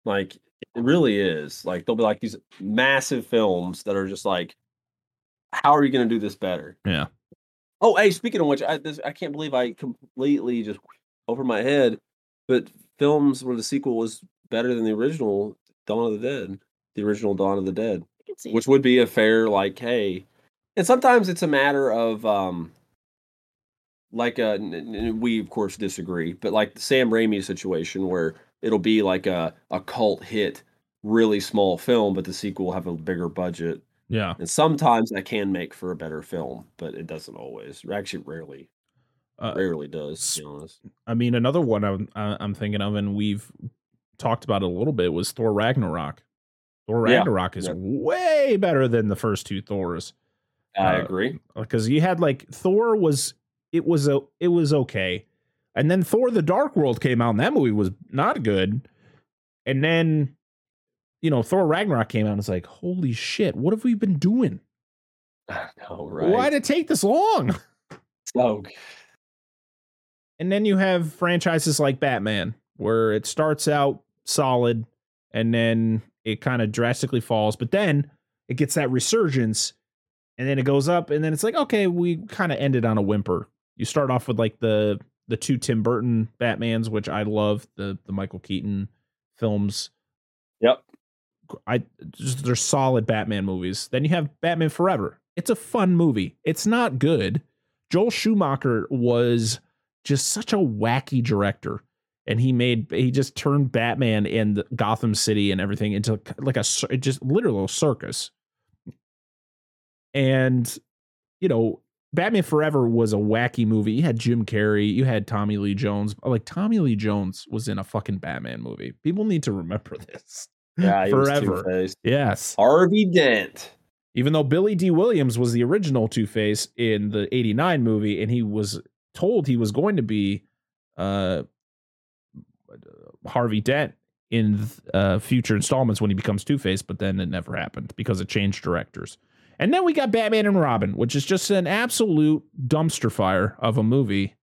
S2: Like it really is. Like there'll be like these massive films that are just like, how are you going to do this better?
S1: Yeah.
S2: Oh, hey, speaking of which, I this, I can't believe I completely just over my head. But films where the sequel was better than the original Dawn of the Dead, the original Dawn of the Dead,
S3: I can see.
S2: which would be a fair like, hey, and sometimes it's a matter of um, like uh, n- n- we of course disagree, but like the Sam Raimi situation where it'll be like a a cult hit, really small film, but the sequel will have a bigger budget.
S1: Yeah.
S2: And sometimes that can make for a better film, but it doesn't always. Actually, rarely,
S1: Uh,
S2: rarely does.
S1: s-
S2: To be honest,
S1: I mean, another one I'm I- I'm thinking of, and we've talked about it a little bit, was Thor Ragnarok. Thor
S2: Yeah.
S1: Ragnarok is
S2: Yeah.
S1: way better than the first two Thors
S2: I
S1: uh,
S2: agree.
S1: because you had like Thor was it was a it was okay, and then Thor: The Dark World came out, and that movie was not good, and then you know Thor Ragnarok came out, and it's like holy shit, what have we been doing?
S2: No, right?
S1: Why did it take this long?
S2: so
S1: And then you have franchises like Batman, where it starts out solid and then it kind of drastically falls, but then it gets that resurgence and then it goes up and then it's like, okay, we kind of ended on a whimper. You start off with like the the two Tim Burton Batmans, which I love, the the Michael Keaton films.
S2: Yep.
S1: I just they're solid Batman movies. Then you have Batman Forever. It's a fun movie. It's not good. Joel Schumacher was just such a wacky director and he made he just turned batman and gotham city and everything into like a cir- just literal circus and you know batman forever was a wacky movie you had jim carrey you had tommy lee jones like tommy lee jones was in a fucking batman movie people need to remember this
S2: yeah, he was
S1: forever
S2: two-faced.
S1: yes
S2: Harvey Dent.
S1: even though Billy D. Williams was the original Two Face in the '89 movie, and he was told he was going to be uh, Harvey Dent in uh, future installments when he becomes Two Face, but then it never happened because it changed directors. And then we got Batman and Robin, which is just an absolute dumpster fire of a movie.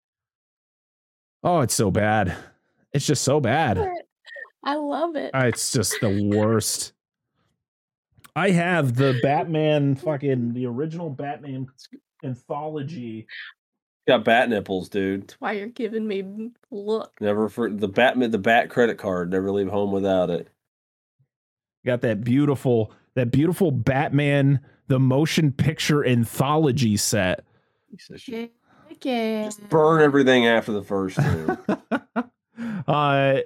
S1: Oh, it's so bad. It's just so bad.
S3: I love it.
S1: Uh, It's just the worst. I have the Batman fucking the original Batman anthology.
S2: Got bat nipples, dude.
S3: That's why you're giving me look.
S2: Never for the Batman, the bat credit card. Never leave home without it.
S1: Got that beautiful that beautiful Batman the motion picture anthology set.
S2: Piece of shit.
S3: Yeah. Okay.
S2: Just burn everything after the first two.
S1: uh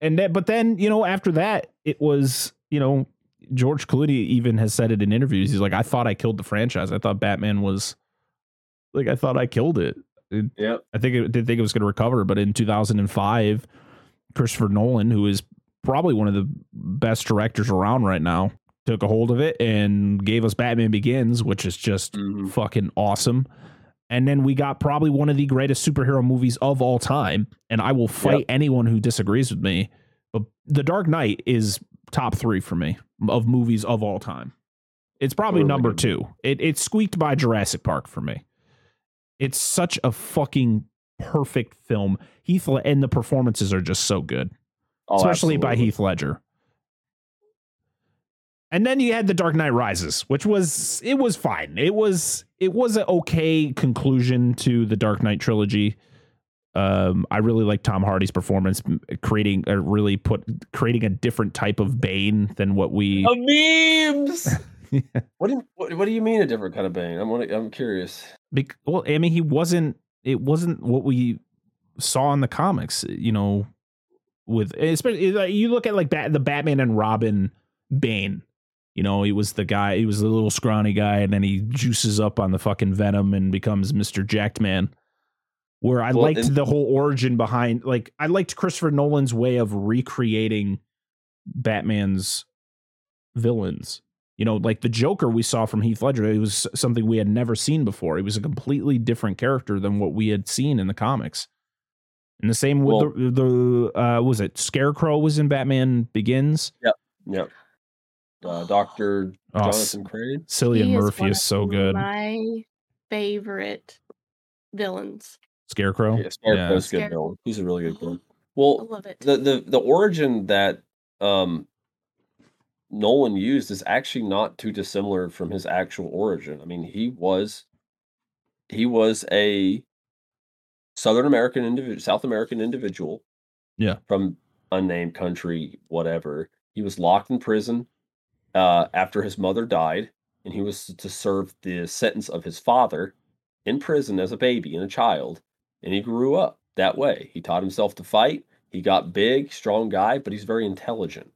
S1: and that but then, you know, after that it was, you know, George Clooney even has said it in interviews. He's like, I thought I killed the franchise. I thought Batman was like I thought I killed it.
S2: yep.
S1: I think it did think it was going to recover, but in 2005, Christopher Nolan, who is probably one of the best directors around right now, took a hold of it and gave us Batman Begins, which is just
S2: Mhm.
S1: fucking awesome. And then we got probably one of the greatest superhero movies of all time. And I will fight anyone who disagrees with me. But The Dark Knight is top three for me of movies of all time. It's probably
S2: Totally.
S1: number two. It it squeaked by Jurassic Park for me. It's such a fucking perfect film. Heath Le- and the performances are just so good
S2: Oh,
S1: especially by
S2: absolutely.
S1: Heath Ledger. And then you had The Dark Knight Rises, which was it was fine. It was it was an okay conclusion to the Dark Knight trilogy. Um, I really like Tom Hardy's performance, m- creating uh, really put creating a different type of Bane than what we.
S2: A memes. what, do, what What do you mean a different kind of bang? I'm wanna- I'm curious.
S1: Bec- well, I mean, he wasn't. It wasn't what we saw in the comics. You know, with especially like, you look at like Bat, the Batman and Robin Bane. You know, he was the guy. He was the little scrawny guy, and then he juices up on the fucking venom and becomes Mister Jacked Man. Where I
S2: Well,
S1: liked
S2: and-
S1: the whole origin behind, like I liked Christopher Nolan's way of recreating Batman's villains. You know, like the Joker we saw from Heath Ledger, it was something we had never seen before. It was a completely different character than what we had seen in the comics. And the same with
S2: Well-
S1: the, the uh, was it Scarecrow was in Batman Begins.
S2: Yep. Uh, Doctor
S1: Oh, S-
S2: Jonathan Crane.
S1: Cillian
S3: He is
S1: Murphy
S3: one
S1: is
S3: of
S1: so good.
S3: My favorite villains.
S1: Scarecrow.
S2: Yeah, Scarecrow's
S3: Yeah.
S2: good villain. He's a really good villain.
S3: I
S2: Well,
S3: love it.
S2: the the the origin that um Nolan used is actually not too dissimilar from his actual origin. I mean, he was he was a Southern American individual, South American individual.
S1: Yeah.
S2: From unnamed country, whatever. He was locked in prison uh, after his mother died, and he was to serve the sentence of his father in prison as a baby and a child. And he grew up that way. He taught himself to fight. He got big, strong guy, but he's very intelligent.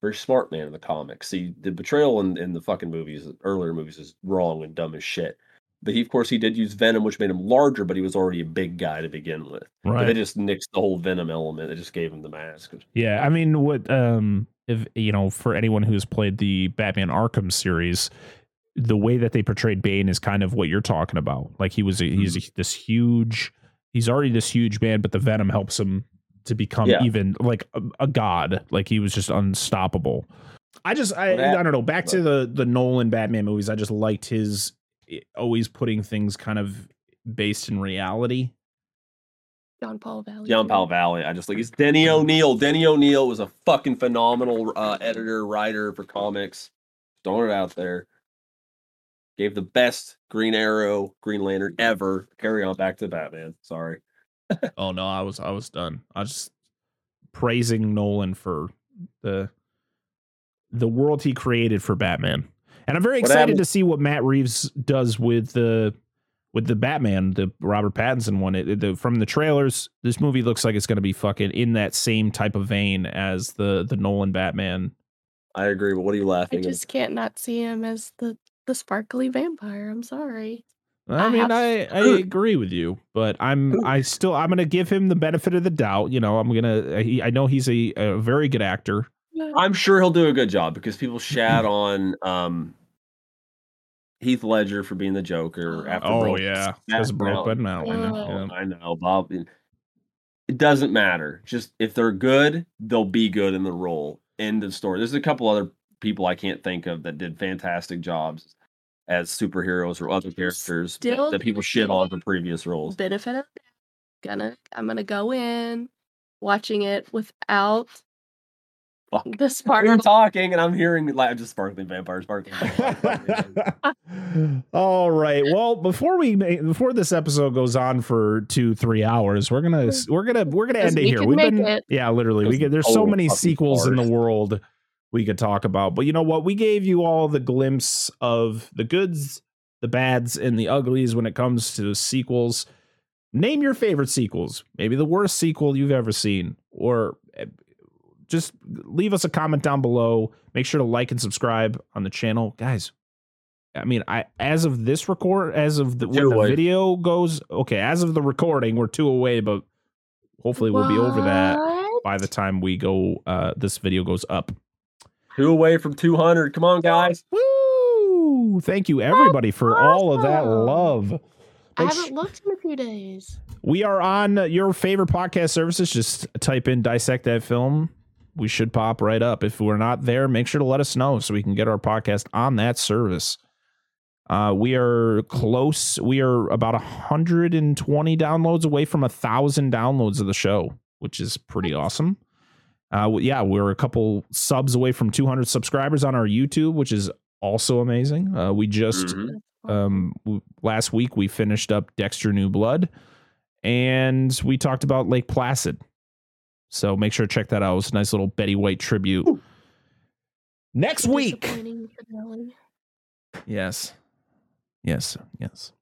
S2: Very smart man in the comics. See, the betrayal in, in the fucking movies, earlier movies, is wrong and dumb as shit. But he, of course, he did use venom, which made him larger, but he was already a big guy to begin with. But They
S1: Right.
S2: just nixed the whole venom element. They just gave him the mask.
S1: Yeah. I mean, what, um, if, you know, for anyone who's played the Batman Arkham series, the way that they portrayed Bane is kind of what you're talking about. Like he was, a, he's a, this huge, he's already this huge man, but the Venom helps him to become
S2: Yeah.
S1: even like a, a god. Like he was just unstoppable. I just, I,
S2: What hap-
S1: I don't know. Back to the the Nolan Batman movies, I just liked his eh, always putting things kind of based in reality.
S3: John Paul Valley.
S2: John Paul Valley. I just like he's Denny O'Neill. Denny O'Neill was a fucking phenomenal uh, editor, writer for comics. Throwing it out there. Gave the best Green Arrow, Green Lantern ever. Carry on back to Batman. Sorry.
S1: Oh no, I was I was done. I was just praising Nolan for the the world he created for Batman. And I'm very
S2: What
S1: excited
S2: happened-
S1: to see what Matt Reeves does with the with the Batman, the Robert Pattinson one. It, the, from the trailers, this movie looks like it's going to be fucking in that same type of vein as the the Nolan Batman.
S2: I agree, but what are you
S3: I
S2: laughing at?
S3: just can't not see him as the the sparkly vampire. I'm sorry.
S1: I,
S3: I
S1: mean,
S3: have-
S1: I, I agree with you, but I'm I still I'm gonna give him the benefit of the doubt. You know, I'm gonna he, I know he's a, a very good actor.
S2: I'm sure he'll do a good job because people shat on um Heath Ledger for being the Joker
S3: Ah.
S2: after
S1: Oh
S2: Brokeback
S1: yeah, because
S2: Mountain.
S1: broken out. I know.
S3: Yeah.
S1: yeah.
S2: I know, Bob. It doesn't matter. Just if they're good, they'll be good in the role. End of story. There's a couple other people I can't think of that did fantastic jobs as superheroes or other characters
S3: Still
S2: that people shit on for previous roles.
S3: Benefit of the doubt. gonna I'm gonna go in watching it without
S2: Fuck.
S3: the
S2: You're
S3: sparkle.
S2: talking, and I'm hearing like just sparkling vampire, sparkling. Vampire, sparkling vampire.
S3: Oh.
S1: All right. Well, before we make, before this episode goes on for two three hours, we're gonna we're gonna we're gonna
S3: Because
S1: end it
S3: we
S1: here.
S3: can
S1: We've
S3: make
S1: been
S3: it.
S1: yeah, literally. We
S2: Because
S1: get there's
S2: the
S1: so
S2: whole
S1: many
S2: fucking
S1: sequels in the
S2: forest.
S1: world we could talk about, but you know what? We gave you all the glimpse of the goods, the bads, and the uglies when it comes to sequels. Name your favorite sequels. Maybe the worst sequel you've ever seen, or eh, just leave us a comment down below. Make sure to like and subscribe on the channel, guys. I mean, I as of this record, as of the, when
S2: Two
S1: the
S2: away.
S1: video goes, okay, as of the recording, we're two away, but hopefully we'll be over that
S3: What?
S1: by the time we go. Uh, this video goes up.
S2: Two away from 200. Come on, guys.
S1: Woo! Thank you everybody for all of that
S3: awesome.
S1: love.
S3: I
S1: Make
S3: haven't looked in a few days.
S1: We are on your favorite podcast services. Just type in dissect that film. We should pop right up. If we're not there, make sure to let us know so we can get our podcast on that service. Uh, we are close. We are about 120 downloads away from a thousand downloads of the show, which is pretty awesome. Uh, w- yeah, we're a couple subs away from 200 subscribers on our YouTube, which is also amazing. Uh, we just
S2: Mhm.
S1: um w- last week we finished up Dexter New Blood and we talked about Lake Placid. So make sure to check that out. It was a nice little Betty White tribute.
S2: Ooh.
S1: Next week.
S3: Disappointing finale.
S1: Yes. Yes. Yes.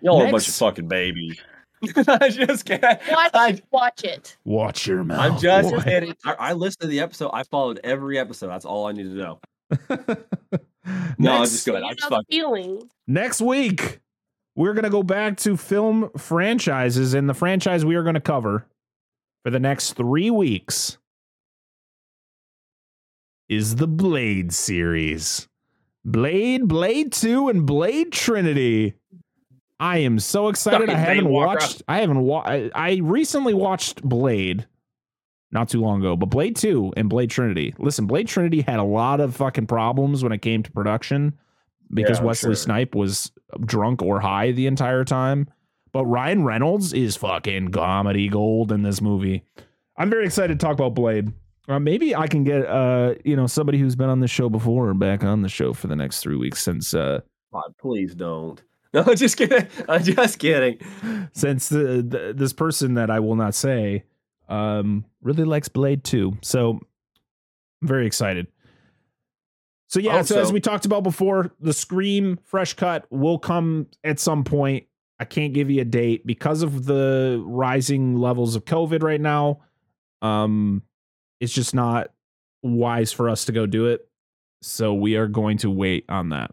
S2: Y'all are a bunch of
S1: Next.
S2: fucking babies. I just can't. I,
S3: Watch, watch it.
S1: Watch your mouth.
S2: I'm just
S1: boy.
S2: kidding. Oh, I, I listened to the episode. I followed every episode. That's all I need to know. No, I'll
S1: Next-
S2: just go ahead.
S3: You
S2: I
S3: know
S2: just
S3: the
S2: fucking
S3: feeling.
S1: next week we're going to go back to film franchises and the franchise we are going to cover for the next three weeks is the blade series blade blade 2 and blade trinity i am so excited i
S2: Fucking
S1: haven't
S2: Blade Walker.
S1: watched i haven't wa- I, I recently watched blade not too long ago but blade 2 and blade trinity listen blade trinity had a lot of fucking problems when it came to production because
S2: Yeah, I'm
S1: Wesley
S2: sure.
S1: Snipe was drunk or high the entire time. But Ryan Reynolds is fucking comedy gold in this movie. I'm very excited to talk about Blade. Uh, maybe I can get uh you know somebody who's been on the show before back on the show for the next three weeks since uh
S2: God, please don't. No, just kidding. I'm just kidding.
S1: since the, the, this person that I will not say um, really likes Blade 2. So I'm very excited. So yeah,
S2: Oh,
S1: so, as
S2: so-
S1: we talked about before, the Scream fresh cut will come at some point. I can't give you a date because of the rising levels of COVID right now. Um it's just not wise for us to go do it. So we are going to wait on that.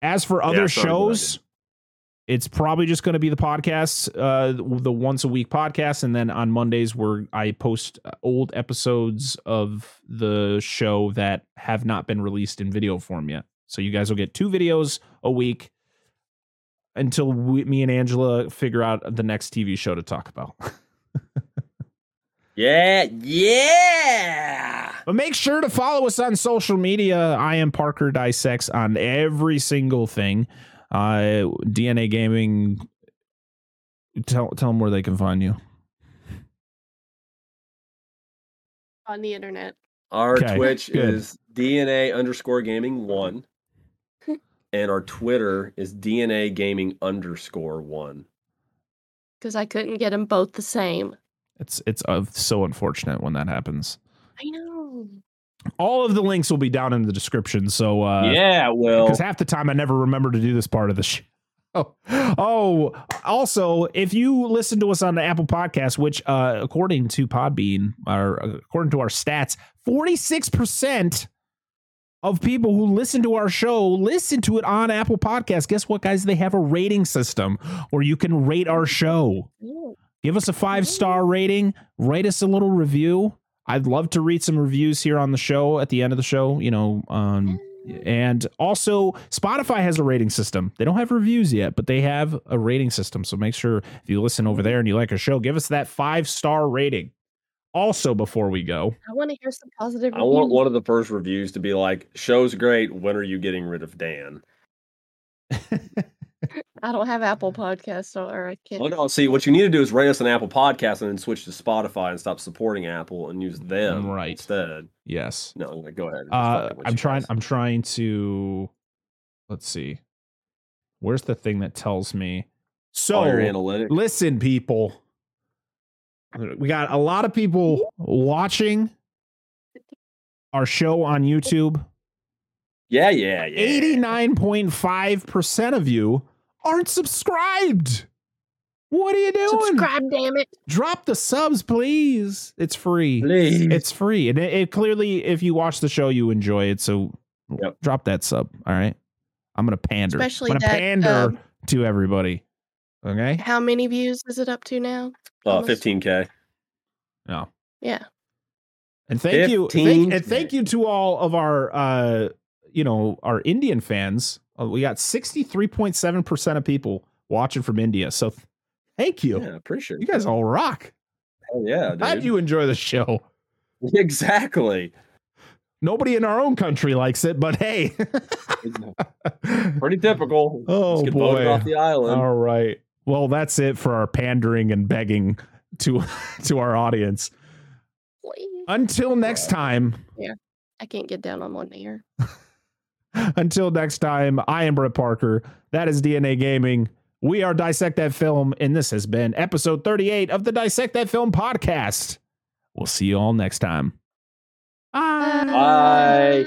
S1: As for other
S2: Yeah, sorry, what I
S1: shows, it's probably just going to be the podcasts, uh, the once a week podcast, and then on Mondays where I post uh, old episodes of the show that have not been released in video form yet. So you guys will get two videos a week until we, me and Angela figure out the next TV show to talk about.
S2: Yeah, yeah.
S1: But make sure to follow us on social media. I am Parker Dissects on every single thing. Uh, DNA Gaming. Tell tell them where they can find you.
S3: on the internet.
S2: Our
S1: Okay,
S2: Twitch
S1: good.
S2: is DNA underscore gaming one. And our Twitter is DNA gaming underscore one.
S3: Because I couldn't get them both the same.
S1: It's it's uh, so unfortunate when that happens.
S3: I know.
S1: All of the links will be down in the description. So uh,
S2: yeah, well,
S1: because half the time I never remember to do this part of the show. Oh, oh! Also, if you listen to us on the Apple Podcast, which uh, according to Podbean, or uh, according to our stats, forty six percent of people who listen to our show listen to it on Apple Podcast. Guess what, guys? They have a rating system where you can rate our show. Give us a five star rating. Write us a little review. I'd love to read some reviews here on the show at the end of the show. You know, um, and also Spotify has a rating system. They don't have reviews yet, but they have a rating system. So make sure if you listen over there and you like our show, give us that five star rating. Also, before we go,
S3: I want to hear some positive.
S2: I want
S3: reviews.
S2: one of the first reviews to be like, show's great. When are you getting rid of Dan?
S3: I don't have Apple Podcasts, so or I can't.
S2: Oh, no, see, what you need to do is rate us an Apple podcast and then switch to Spotify and stop supporting Apple and use them
S1: Right.
S2: instead.
S1: yes,
S2: No, I'm gonna go ahead. and just
S1: uh,
S2: fucking with
S1: I'm
S2: you
S1: trying.
S2: guys.
S1: I'm trying to. Let's see. Where's the thing that tells me? So
S2: All Oh, your analytics.
S1: Listen, people. We got a lot of people watching our show on YouTube.
S2: Yeah, yeah, yeah.
S1: 89.5% of you aren't subscribed. What are you doing?
S3: Subscribe, damn it!
S1: Drop the subs, please. It's free.
S2: Please.
S1: It's free. And it, it clearly, if you watch the show, you enjoy it. So
S2: Yep.
S1: drop that sub. All right. I'm going to pander.
S3: Especially
S1: I'm going to
S3: that,
S1: pander
S3: um,
S1: to everybody. Okay.
S3: How many views is it up to now?
S2: uh,
S3: almost-
S2: 15k.
S1: No.
S3: Yeah.
S1: And thank you, thank,
S2: 15
S1: and thank you to all of our, uh, you know, our Indian fans. Uh, we got sixty three point seven percent of people watching from India. So, th- thank you.
S2: Yeah, appreciate
S1: You
S2: it.
S1: guys all rock.
S2: Hell yeah, dude.
S1: Glad you enjoy the show.
S2: Exactly.
S1: Nobody in our own country likes it, but hey.
S2: Pretty typical.
S1: Oh,
S2: Just get voted
S1: boy.
S2: off the island.
S1: All right. Well, that's it for our pandering and begging to to our audience.
S3: Please.
S1: Until next time.
S3: I can't get down on one ear.
S1: Until next time, I am Brett Parker. That is DNA Gaming. We are Dissect That Film, and this has been episode 38 of the Dissect That Film podcast. We'll see you all next time. Bye.
S2: Bye.